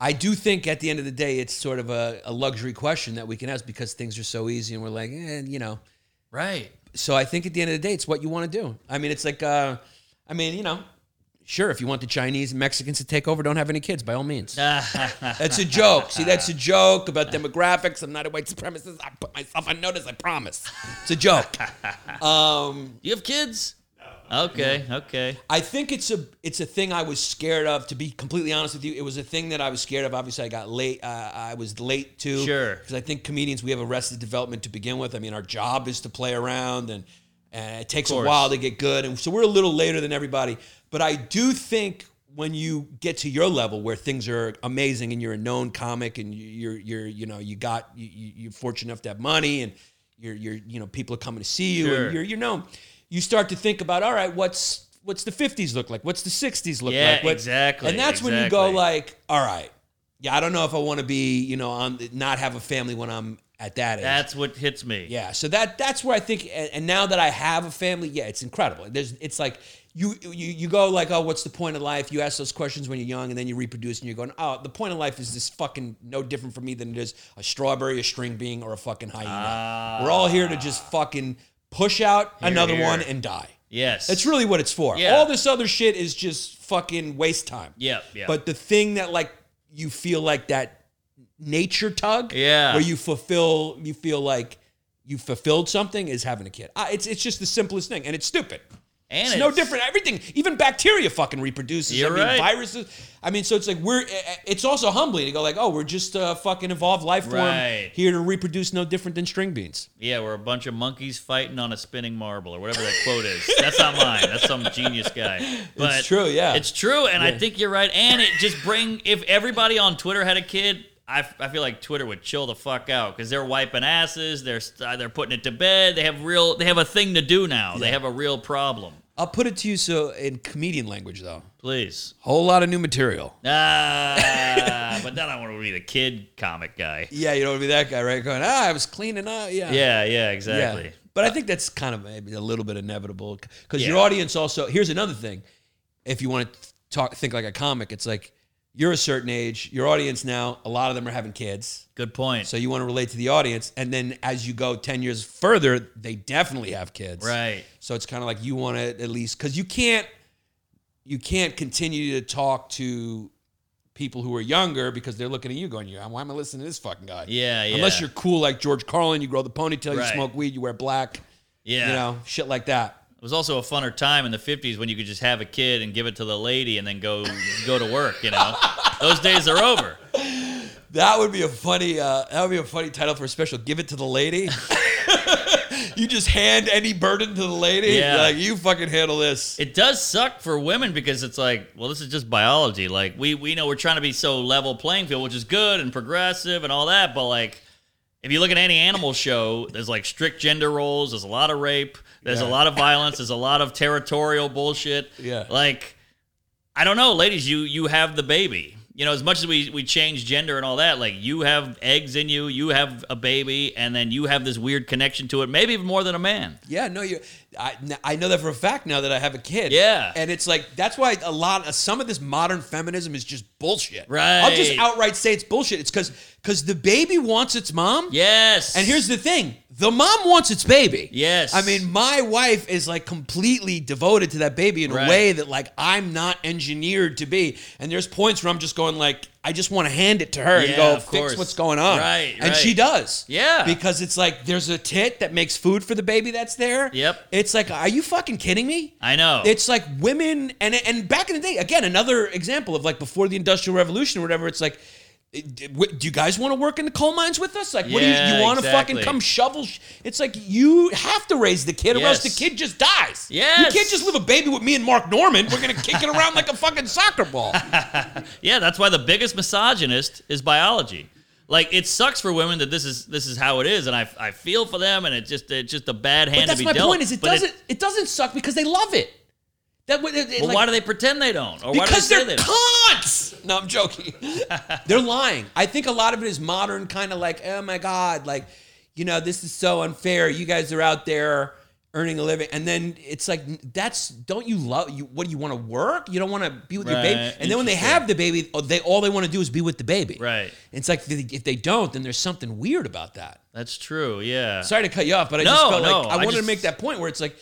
[SPEAKER 3] I do think at the end of the day it's sort of a, a luxury question that we can ask because things are so easy and we're like, eh, you know,
[SPEAKER 4] right?
[SPEAKER 3] so I think at the end of the day, it's what you want to do. I mean, it's like, uh, I mean, you know, sure, if you want the Chinese and Mexicans to take over, don't have any kids by all means. that's a joke. See, that's a joke about demographics. I'm not a white supremacist. I put myself on notice. I promise. It's a joke.
[SPEAKER 4] Do you have kids? Okay, okay.
[SPEAKER 3] I think it's a it's a thing I was scared of. To be completely honest with you, it was a thing that I was scared of. Obviously, I got late. Uh, I was late to
[SPEAKER 4] Sure.
[SPEAKER 3] because I think comedians we have arrested development to begin with. I mean, our job is to play around, and and it takes a
[SPEAKER 4] course.
[SPEAKER 3] while to get good, and so we're a little later than everybody. But I do think when you get to your level where things are amazing and you're a known comic and you- you're you're you know you got you, you- you're fortunate enough to have money and you're you're you know people are coming to see you
[SPEAKER 4] Sure.
[SPEAKER 3] and you're you know you start to think about all right what's what's the 50s look like what's the 60s look
[SPEAKER 4] Yeah,
[SPEAKER 3] like What-
[SPEAKER 4] exactly,
[SPEAKER 3] and that's when you go
[SPEAKER 4] exactly.
[SPEAKER 3] like all right yeah i don't know if i want to be you know on not have a family when i'm at that age
[SPEAKER 4] That's what hits me.
[SPEAKER 3] yeah so that that's where i think and, and now that i have a family yeah it's incredible there's it's like you, you you go like oh what's the point of life you ask those questions when you're young and then you reproduce and you're going oh the point of life is this fucking no different for me than it is a strawberry a string bean or a fucking hyena we're all here to just fucking push out another
[SPEAKER 4] Ah. here.
[SPEAKER 3] one and die
[SPEAKER 4] Yes.
[SPEAKER 3] that's really what it's for.
[SPEAKER 4] Yeah.
[SPEAKER 3] All this other shit is just fucking waste time.
[SPEAKER 4] Yeah, yeah.
[SPEAKER 3] But the thing that like you feel like that nature tug.
[SPEAKER 4] Yeah.
[SPEAKER 3] Where you fulfill, you feel like you fulfilled something is having a kid. I, it's it's just the simplest thing, and it's stupid.
[SPEAKER 4] And
[SPEAKER 3] it's, no different. Everything, even bacteria, fucking reproduces.
[SPEAKER 4] You're
[SPEAKER 3] I mean,
[SPEAKER 4] right.
[SPEAKER 3] Viruses. I mean, so it's like we're. eh, It's also humbling to go like, oh, we're just a fucking evolved life form
[SPEAKER 4] Right.
[SPEAKER 3] here to reproduce, no different than string beans.
[SPEAKER 4] Yeah, we're a bunch of monkeys fighting on a spinning marble or whatever that quote is. That's not mine. That's some genius guy. But
[SPEAKER 3] It's true, yeah.
[SPEAKER 4] It's true, and I think you're right. And it just bring if everybody on Twitter had a kid, I, I feel like Twitter would chill the fuck out because they're wiping asses, they're uh, they're putting it to bed. They have real they have a thing to do now. They have a real problem.
[SPEAKER 3] I'll put it to you so in comedian language though.
[SPEAKER 4] Please.
[SPEAKER 3] Whole lot of new material.
[SPEAKER 4] Ah, but then I want to be the kid comic guy.
[SPEAKER 3] Yeah, you don't want to be that guy, right? Going, ah, I was cleaning up. Yeah.
[SPEAKER 4] Yeah, yeah, exactly.
[SPEAKER 3] Yeah. But I think that's kind of maybe a little bit inevitable because your
[SPEAKER 4] Yeah.
[SPEAKER 3] audience also. Here's another thing: if you want to talk, think like a comic, it's like you're a certain age. Your audience now, a lot of them are having kids,
[SPEAKER 4] Good point.
[SPEAKER 3] so you want to relate to the audience. And then as you go ten years further, they definitely have kids,
[SPEAKER 4] right.
[SPEAKER 3] So it's kind of like you want to at least because you can't you can't continue to talk to people who are younger because they're looking at you going, "Yeah, why am I listening to this fucking guy?"
[SPEAKER 4] Yeah, yeah.
[SPEAKER 3] Unless you're cool like George Carlin, you grow the ponytail,
[SPEAKER 4] Right.
[SPEAKER 3] you smoke weed, you wear black,
[SPEAKER 4] Yeah.
[SPEAKER 3] you know, shit like that.
[SPEAKER 4] It was also a funner time in the '50s when you could just have a kid and give it to the lady and then go go to work. You know, those days are over.
[SPEAKER 3] That would be a funny. Uh, that would be a funny title for a special. Give it to the lady. you just hand any burden to the lady.
[SPEAKER 4] Yeah.
[SPEAKER 3] Like you fucking handle this.
[SPEAKER 4] It does suck for women because it's like, well, this is just biology. Like we we know we're trying to be so level playing field, which is good and progressive and all that, but like. If you look at any animal show, there's like strict gender roles. There's a lot of rape. There's a lot of violence. There's a lot of territorial bullshit.
[SPEAKER 3] Yeah.
[SPEAKER 4] Like, I don't know, ladies. You you have the baby. You know, as much as we we change gender and all that, like you have eggs in you, you have a baby, and then you have this weird connection to it, maybe even more than a man.
[SPEAKER 3] Yeah, no, you. I, n- I know that for a fact now that I have a kid.
[SPEAKER 4] Yeah.
[SPEAKER 3] and it's like that's why a lot, of, some of this modern feminism is just bullshit.
[SPEAKER 4] Right.
[SPEAKER 3] I'll just outright say it's bullshit. It's because because the baby wants its mom.
[SPEAKER 4] Yes.
[SPEAKER 3] And here's the thing: the mom wants its baby.
[SPEAKER 4] Yes.
[SPEAKER 3] I mean, my wife is like completely devoted to that baby in
[SPEAKER 4] Right.
[SPEAKER 3] a way that like I'm not engineered to be. And there's points where I'm just going like, I just want to hand it to her
[SPEAKER 4] Yeah,
[SPEAKER 3] and go
[SPEAKER 4] of
[SPEAKER 3] fix
[SPEAKER 4] course.
[SPEAKER 3] what's going on.
[SPEAKER 4] Right,
[SPEAKER 3] And
[SPEAKER 4] right.
[SPEAKER 3] she does.
[SPEAKER 4] Yeah.
[SPEAKER 3] Because it's like there's a tit that makes food for the baby that's there.
[SPEAKER 4] Yep.
[SPEAKER 3] It's like, are you fucking kidding me?
[SPEAKER 4] I know.
[SPEAKER 3] It's like women and and back in the day, again, another example of like before the Industrial Revolution or whatever. It's like, eh, do you guys want to work in the coal mines with us? Like, what do you,
[SPEAKER 4] Yeah,
[SPEAKER 3] you want to
[SPEAKER 4] exactly.
[SPEAKER 3] fucking come shovel? Sh- it's like you have to raise the kid, or else the
[SPEAKER 4] Yes.
[SPEAKER 3] kid just dies.
[SPEAKER 4] Yes.
[SPEAKER 3] you can't just leave a baby with me and Mark Norman. We're gonna kick it around like a fucking soccer ball.
[SPEAKER 4] Yeah, that's why the biggest misogynist is biology. Like it sucks for women that this is this is how it is, and I, I feel for them, and it's just it's just a bad hand
[SPEAKER 3] But that's
[SPEAKER 4] to be
[SPEAKER 3] my
[SPEAKER 4] dealt.
[SPEAKER 3] point. Is it
[SPEAKER 4] But
[SPEAKER 3] doesn't it, doesn't suck because they love it. That what- it- it,
[SPEAKER 4] Well,
[SPEAKER 3] like-
[SPEAKER 4] why do they pretend they don't? Or
[SPEAKER 3] because
[SPEAKER 4] why do
[SPEAKER 3] they
[SPEAKER 4] they say
[SPEAKER 3] are
[SPEAKER 4] they don't?
[SPEAKER 3] cons. No, I'm joking. they're lying. I think a lot of it is modern, kind of like, oh my god, like, you know, this is so unfair. You guys are out there earning a living, and then it's like, that's don't you love you? What do you want to work? You don't want to be with your baby.
[SPEAKER 4] Right,
[SPEAKER 3] And then when they
[SPEAKER 4] interesting.
[SPEAKER 3] have the baby, oh, they all they want to do is be with the baby.
[SPEAKER 4] Right.
[SPEAKER 3] It's like if they don't, then there's something weird about that.
[SPEAKER 4] That's true. Yeah.
[SPEAKER 3] Sorry to cut you off, but I
[SPEAKER 4] No,
[SPEAKER 3] just felt
[SPEAKER 4] no,
[SPEAKER 3] like
[SPEAKER 4] I
[SPEAKER 3] I, wanted
[SPEAKER 4] just-
[SPEAKER 3] to make that point where it's like,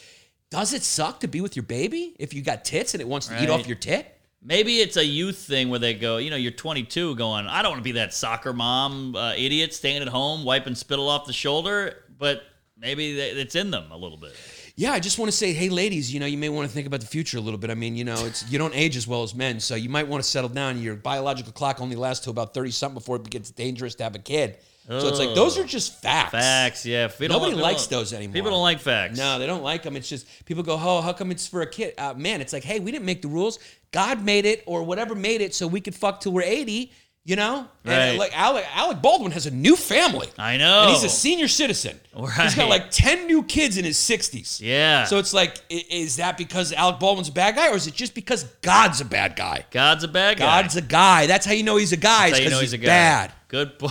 [SPEAKER 3] does it suck to be with your baby if you got tits and it wants to eat
[SPEAKER 4] Right.
[SPEAKER 3] off your tit?
[SPEAKER 4] Maybe it's a youth thing where they go, you know, you're 22, going, I don't want to be that soccer mom uh, idiot staying at home wiping spittle off the shoulder, but maybe they, it's in them a little bit.
[SPEAKER 3] Yeah, I just want to say, hey, ladies, you know, you may want to think about the future a little bit. I mean, you know, it's you don't age as well as men, so you might want to settle down. Your biological clock only lasts till about thirty something before it gets dangerous to have a kid. So it's like those are just facts.
[SPEAKER 4] Facts, yeah. If we don't-
[SPEAKER 3] Nobody
[SPEAKER 4] people
[SPEAKER 3] likes
[SPEAKER 4] don't-
[SPEAKER 3] those anymore.
[SPEAKER 4] People don't like facts.
[SPEAKER 3] No, they don't like them. It's just people go, oh, how come it's for a kid? Uh, man, it's like, hey, we didn't make the rules. God made it, or whatever made it, so we could fuck till we're eighty. You know,
[SPEAKER 4] Right.
[SPEAKER 3] and like Alec, Alec Baldwin has a new family.
[SPEAKER 4] I know.
[SPEAKER 3] and he's a senior citizen. He's
[SPEAKER 4] Right.
[SPEAKER 3] got like ten new kids in his sixties.
[SPEAKER 4] Yeah.
[SPEAKER 3] So it's like, i- is that because Alec Baldwin's a bad guy, or is it just because God's a bad guy?
[SPEAKER 4] God's a bad guy.
[SPEAKER 3] God's a guy. That's how you know he's a guy. Because
[SPEAKER 4] That's how you know
[SPEAKER 3] he's,
[SPEAKER 4] he's a guy.
[SPEAKER 3] bad.
[SPEAKER 4] Good boy.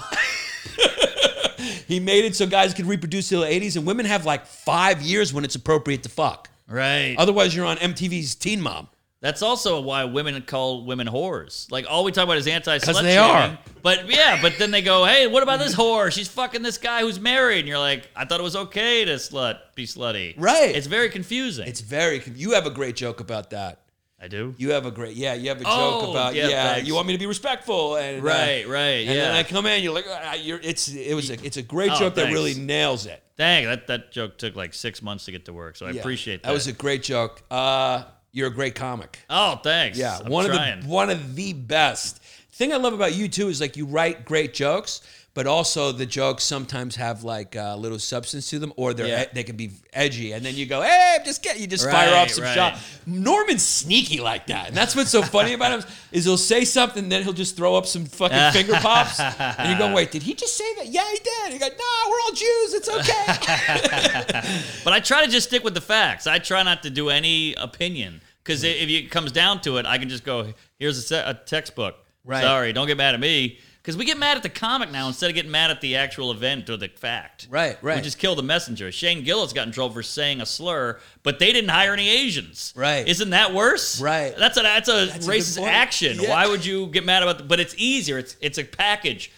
[SPEAKER 3] He made it so guys could reproduce till the 80s, and women have like five years when it's appropriate to fuck.
[SPEAKER 4] right.
[SPEAKER 3] Otherwise, you're on MTV's Teen Mom.
[SPEAKER 4] That's also why women call women whores. Like all we talk about is anti slut
[SPEAKER 3] they are.
[SPEAKER 4] But yeah, but then they go, "Hey, what about this whore? She's fucking this guy who's married." And you're like, "I thought it was okay to slut, be slutty."
[SPEAKER 3] Right.
[SPEAKER 4] It's very confusing.
[SPEAKER 3] It's very. You have a great joke about that.
[SPEAKER 4] I I do.
[SPEAKER 3] You have a great, yeah, you have a joke
[SPEAKER 4] Oh,
[SPEAKER 3] about, yeah,
[SPEAKER 4] yeah, thanks.
[SPEAKER 3] you want me to be respectful, and uh,
[SPEAKER 4] Right, right,
[SPEAKER 3] and
[SPEAKER 4] yeah.
[SPEAKER 3] then I come in, you're like, ah, you're, it's, it was, a, it's a great
[SPEAKER 4] Oh,
[SPEAKER 3] joke that
[SPEAKER 4] thanks.
[SPEAKER 3] really nails it.
[SPEAKER 4] Dang, that, that joke took like six months to get to work, so I
[SPEAKER 3] Yeah.
[SPEAKER 4] appreciate that.
[SPEAKER 3] That was a great joke. Uh, you're a great comic.
[SPEAKER 4] oh, thanks.
[SPEAKER 3] Yeah,
[SPEAKER 4] I'm
[SPEAKER 3] one
[SPEAKER 4] trying.
[SPEAKER 3] of the one of the best. Thing I love about you too is like you write great jokes, but also the jokes sometimes have like a little substance to them, or they're e,
[SPEAKER 4] Yeah.
[SPEAKER 3] they can be edgy, and then you go, "Hey, I'm just get you just fire off
[SPEAKER 4] Right,
[SPEAKER 3] some
[SPEAKER 4] right.
[SPEAKER 3] shot." Norman's sneaky like that, and that's what's so funny about him is he'll say something, then he'll just throw up some fucking finger pops, and you go, "Wait, did he just say that?" Yeah, he did. You go, "No, we're all Jews. It's okay."
[SPEAKER 4] But I try to just stick with the facts. I try not to do any opinion because if it comes down to it, I can just go, "Here's a, se- a textbook."
[SPEAKER 3] Right.
[SPEAKER 4] Sorry, don't get mad at me because we get mad at the comic now instead of getting mad at the actual event or the fact.
[SPEAKER 3] Right, right.
[SPEAKER 4] We just kill the messenger. Shane Gillis got in trouble for saying a slur, but they didn't hire any Asians.
[SPEAKER 3] Right.
[SPEAKER 4] Isn't that worse?
[SPEAKER 3] Right.
[SPEAKER 4] That's a that's a
[SPEAKER 3] That's a good
[SPEAKER 4] racist
[SPEAKER 3] point.
[SPEAKER 4] action.
[SPEAKER 3] Yeah.
[SPEAKER 4] Why would you get mad about? The, but it's easier. It's it's a package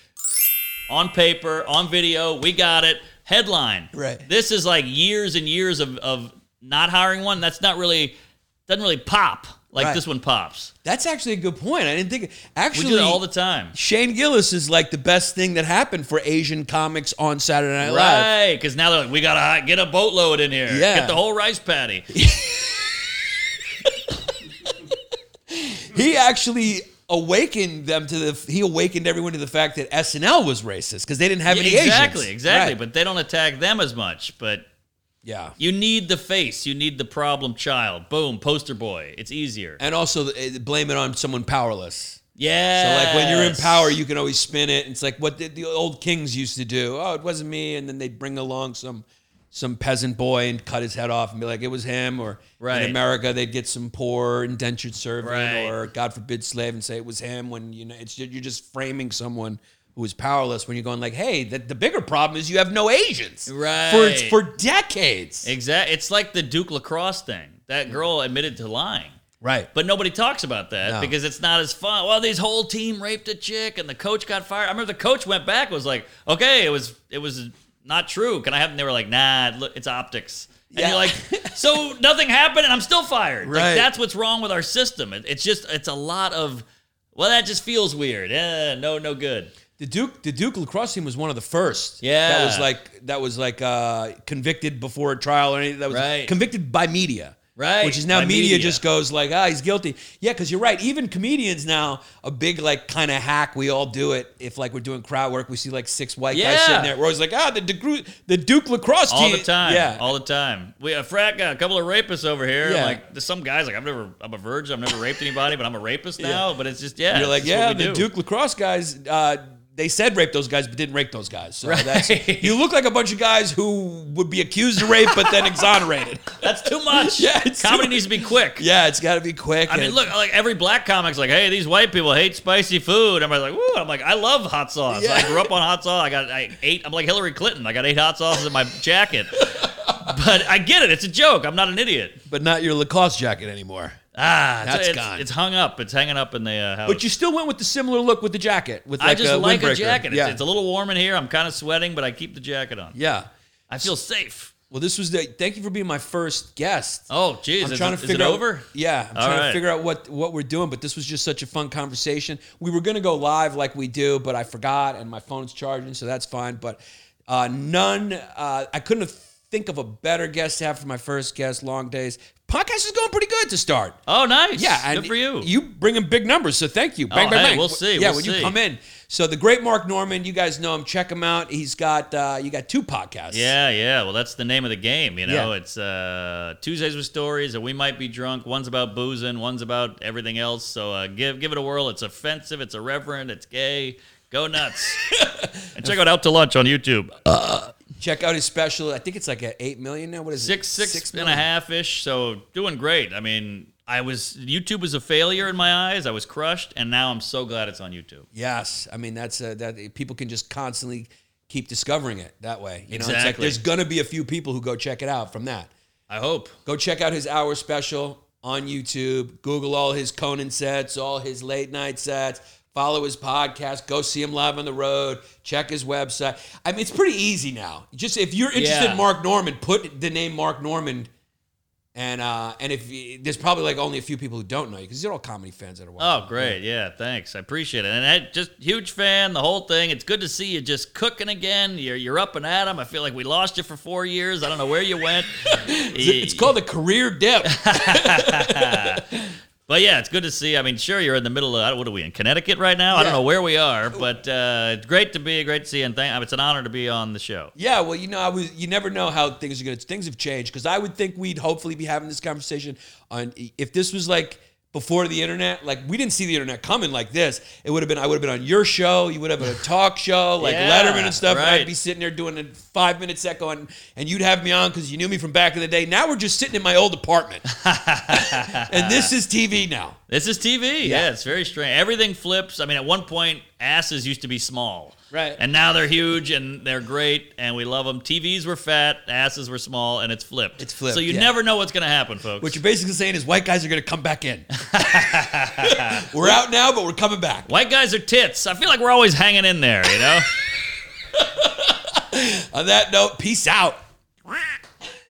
[SPEAKER 4] on paper, on video. We got it. Headline.
[SPEAKER 3] Right.
[SPEAKER 4] This is like years and years of, of not hiring one. That's not really doesn't really pop like
[SPEAKER 3] Right.
[SPEAKER 4] this one pops.
[SPEAKER 3] that's actually a good point. I didn't think
[SPEAKER 4] We
[SPEAKER 3] actually
[SPEAKER 4] do it all the time.
[SPEAKER 3] Shane Gillis is like the best thing that happened for Asian comics on Saturday Night Live.
[SPEAKER 4] Right, because now they're like, we gotta hi- get a boatload in here.
[SPEAKER 3] Yeah.
[SPEAKER 4] Get the whole rice patty.
[SPEAKER 3] He actually awakened them to the he awakened everyone to the fact that SNL was racist because they didn't have any
[SPEAKER 4] exactly,
[SPEAKER 3] Asians.
[SPEAKER 4] exactly.
[SPEAKER 3] Right.
[SPEAKER 4] But they don't attack them as much. But
[SPEAKER 3] yeah.
[SPEAKER 4] you need the face. You need the problem child. Boom, poster boy. It's easier.
[SPEAKER 3] And also uh, blame it on someone powerless. So
[SPEAKER 4] Yeah.
[SPEAKER 3] like when you're in power, you can always spin it. It's like what the, the old kings used to do. Oh, it wasn't me, and then they'd bring along some some peasant boy and cut his head off and be like, it was him. Or
[SPEAKER 4] Right.
[SPEAKER 3] in America, they'd get some poor indentured servant
[SPEAKER 4] Right.
[SPEAKER 3] or God forbid slave and say it was him. When you know it's ju- you're just framing someone who is powerless when you're going like, hey, the, the bigger problem is you have no Asians
[SPEAKER 4] Right.
[SPEAKER 3] for for decades.
[SPEAKER 4] Exactly. It's like the Duke lacrosse thing. That girl admitted to lying.
[SPEAKER 3] right.
[SPEAKER 4] But nobody talks about that
[SPEAKER 3] No.
[SPEAKER 4] because it's not as fun. Well, this whole team raped a chick and the coach got fired. I remember the coach went back and was like, "Okay, it was it was not true. Can I have?" And they were like, "Nah, it loo- it's optics." And
[SPEAKER 3] Yeah.
[SPEAKER 4] you're like, "So nothing happened and I'm still fired."
[SPEAKER 3] Right.
[SPEAKER 4] Like that's what's wrong with our system. It, it's just it's a lot of well, that just feels weird. Eh, no, no good.
[SPEAKER 3] The Duke, the Duke lacrosse team was one of the first.
[SPEAKER 4] Yeah.
[SPEAKER 3] that was like that was like uh, convicted before a trial or anything. That was
[SPEAKER 4] Right.
[SPEAKER 3] convicted by media.
[SPEAKER 4] Right,
[SPEAKER 3] Which is now
[SPEAKER 4] by
[SPEAKER 3] media,
[SPEAKER 4] media.
[SPEAKER 3] just goes like, ah, he's guilty. Yeah, because you're right. Even comedians now, a big like kind of hack. We all do it. If like we're doing crowd work, we see like six white guys
[SPEAKER 4] Yeah.
[SPEAKER 3] sitting there. We're always like, ah, the Duke, the Duke lacrosse
[SPEAKER 4] all
[SPEAKER 3] team.
[SPEAKER 4] the time.
[SPEAKER 3] Yeah.
[SPEAKER 4] all the time. We a frat guy, a couple of rapists over here.
[SPEAKER 3] Yeah.
[SPEAKER 4] Like there's some guys like I've never, I'm a virgin. I've never raped anybody, but I'm a rapist now. But it's just yeah.
[SPEAKER 3] you're like,
[SPEAKER 4] it's just what
[SPEAKER 3] yeah,
[SPEAKER 4] we
[SPEAKER 3] the
[SPEAKER 4] do.
[SPEAKER 3] Duke lacrosse guys. Uh, they said rape those guys, but didn't rape those guys. So
[SPEAKER 4] Right.
[SPEAKER 3] that's, you look like a bunch of guys who would be accused of rape, but then exonerated.
[SPEAKER 4] That's too much.
[SPEAKER 3] Yeah, it's too
[SPEAKER 4] comedy
[SPEAKER 3] much.
[SPEAKER 4] needs to be quick.
[SPEAKER 3] Yeah, it's got to be quick.
[SPEAKER 4] I mean,
[SPEAKER 3] and-
[SPEAKER 4] look, like every black comic's like, hey, these white people hate spicy food. I'm like, woo. I'm like, I love hot sauce.
[SPEAKER 3] Yeah.
[SPEAKER 4] I grew up on hot sauce. I got, I ate. I'm like Hillary Clinton. I got eight hot sauces in my jacket. But I get it. It's a joke. I'm not an idiot.
[SPEAKER 3] but not your Lacoste jacket anymore.
[SPEAKER 4] Ah, it's-
[SPEAKER 3] That's
[SPEAKER 4] it's,
[SPEAKER 3] gone.
[SPEAKER 4] It's hung up. It's hanging up in the uh, house.
[SPEAKER 3] But you still went with the similar look with the jacket. With like
[SPEAKER 4] I just
[SPEAKER 3] a
[SPEAKER 4] like a
[SPEAKER 3] windbreaker.
[SPEAKER 4] jacket. It's,
[SPEAKER 3] Yeah.
[SPEAKER 4] it's a little warm in here. I'm kind of sweating, but I keep the jacket on.
[SPEAKER 3] yeah.
[SPEAKER 4] I feel safe.
[SPEAKER 3] Well, this was the. Thank you for being my first guest.
[SPEAKER 4] Oh, jeez. is, it- is it
[SPEAKER 3] out,
[SPEAKER 4] over.
[SPEAKER 3] Yeah, I'm
[SPEAKER 4] All
[SPEAKER 3] trying to
[SPEAKER 4] right.
[SPEAKER 3] figure out what what we're doing, but this was just such a fun conversation. We were gonna go live like we do, but I forgot, and my phone's charging, so that's fine. But uh, none, uh, I couldn't have think of a better guest to have for my first guest. Long days podcast is going pretty good to start.
[SPEAKER 4] Oh, nice.
[SPEAKER 3] Yeah,
[SPEAKER 4] good
[SPEAKER 3] and
[SPEAKER 4] for you.
[SPEAKER 3] You bring in big numbers, so thank you. Bang,
[SPEAKER 4] Oh,
[SPEAKER 3] bang,
[SPEAKER 4] hey,
[SPEAKER 3] bang.
[SPEAKER 4] we'll see,
[SPEAKER 3] Yeah,
[SPEAKER 4] we'll
[SPEAKER 3] when you
[SPEAKER 4] see.
[SPEAKER 3] come in. So the great Mark Norman, you guys know him. Check him out. He's got uh, you got two podcasts.
[SPEAKER 4] Yeah, yeah. Well, that's the name of the game. You know,
[SPEAKER 3] Yeah.
[SPEAKER 4] it's uh, Tuesdays with Stories, and we might be drunk. One's about boozing, one's about everything else. So uh, give give it a whirl. It's offensive. It's irreverent. It's gay. Go nuts. and check out Out to Lunch on YouTube.
[SPEAKER 3] Uh, Check out his special. I think it's like at eight million now. What is
[SPEAKER 4] Six,
[SPEAKER 3] it?
[SPEAKER 4] six, six and a
[SPEAKER 3] million.
[SPEAKER 4] half ish. So doing great. I mean, I was YouTube was a failure in my eyes. I was crushed, and now I'm so glad it's on YouTube.
[SPEAKER 3] Yes, I mean that's uh that people can just constantly keep discovering it that way. You know, it's like
[SPEAKER 4] Exactly.
[SPEAKER 3] there's gonna be a few people who go check it out from that.
[SPEAKER 4] I hope.
[SPEAKER 3] Go check out his hour special on YouTube. Google all his Conan sets, all his late night sets. Follow his podcast. Go see him live on the road. Check his website. I mean, it's pretty easy now. Just if you're interested
[SPEAKER 4] Yeah.
[SPEAKER 3] in Mark Norman, put the name Mark Norman And uh, and if you, there's probably like only a few people who don't know you because they're all comedy fans that are watching.
[SPEAKER 4] Oh, great. Yeah, thanks. I appreciate it. And I just huge fan, the whole thing. It's good to see you just cooking again. You're, you're up and at 'em. I feel like we lost you for four years. I don't know where you went.
[SPEAKER 3] It's called a career dip.
[SPEAKER 4] But yeah, it's good to see. I mean, sure, you're in the middle of, what are we, in Connecticut right now? I don't
[SPEAKER 3] Yeah.
[SPEAKER 4] know where we are, but uh, it's great to be, great to see you. And thank, it's an honor to be on the show.
[SPEAKER 3] yeah, well, you know, I was. You never know how things are going. to Things have changed because I would think we'd hopefully be having this conversation on if this was like before the internet. Like we didn't see the internet coming like this. It would have been. I would have been on your show. You would have been a talk show like
[SPEAKER 4] Yeah,
[SPEAKER 3] Letterman and stuff. And I'd
[SPEAKER 4] right.
[SPEAKER 3] be sitting there doing a five minute echo, and and you'd have me on because you knew me from back in the day. Now we're just sitting in my old apartment, and this is TV now.
[SPEAKER 4] This is TV. Yeah.
[SPEAKER 3] Yeah.
[SPEAKER 4] it's very strange. Everything flips. I mean, at one point, asses used to be small.
[SPEAKER 3] Right.
[SPEAKER 4] And now they're huge and they're great and we love them. TVs were fat, asses were small, and it's flipped.
[SPEAKER 3] It's flipped,
[SPEAKER 4] So you
[SPEAKER 3] yeah.
[SPEAKER 4] never know what's going to happen, folks.
[SPEAKER 3] What you're basically saying is white guys are going to come back in. we're out now, but we're coming back.
[SPEAKER 4] White guys are tits. I feel like we're always hanging in there, you know?
[SPEAKER 3] On that note, peace out.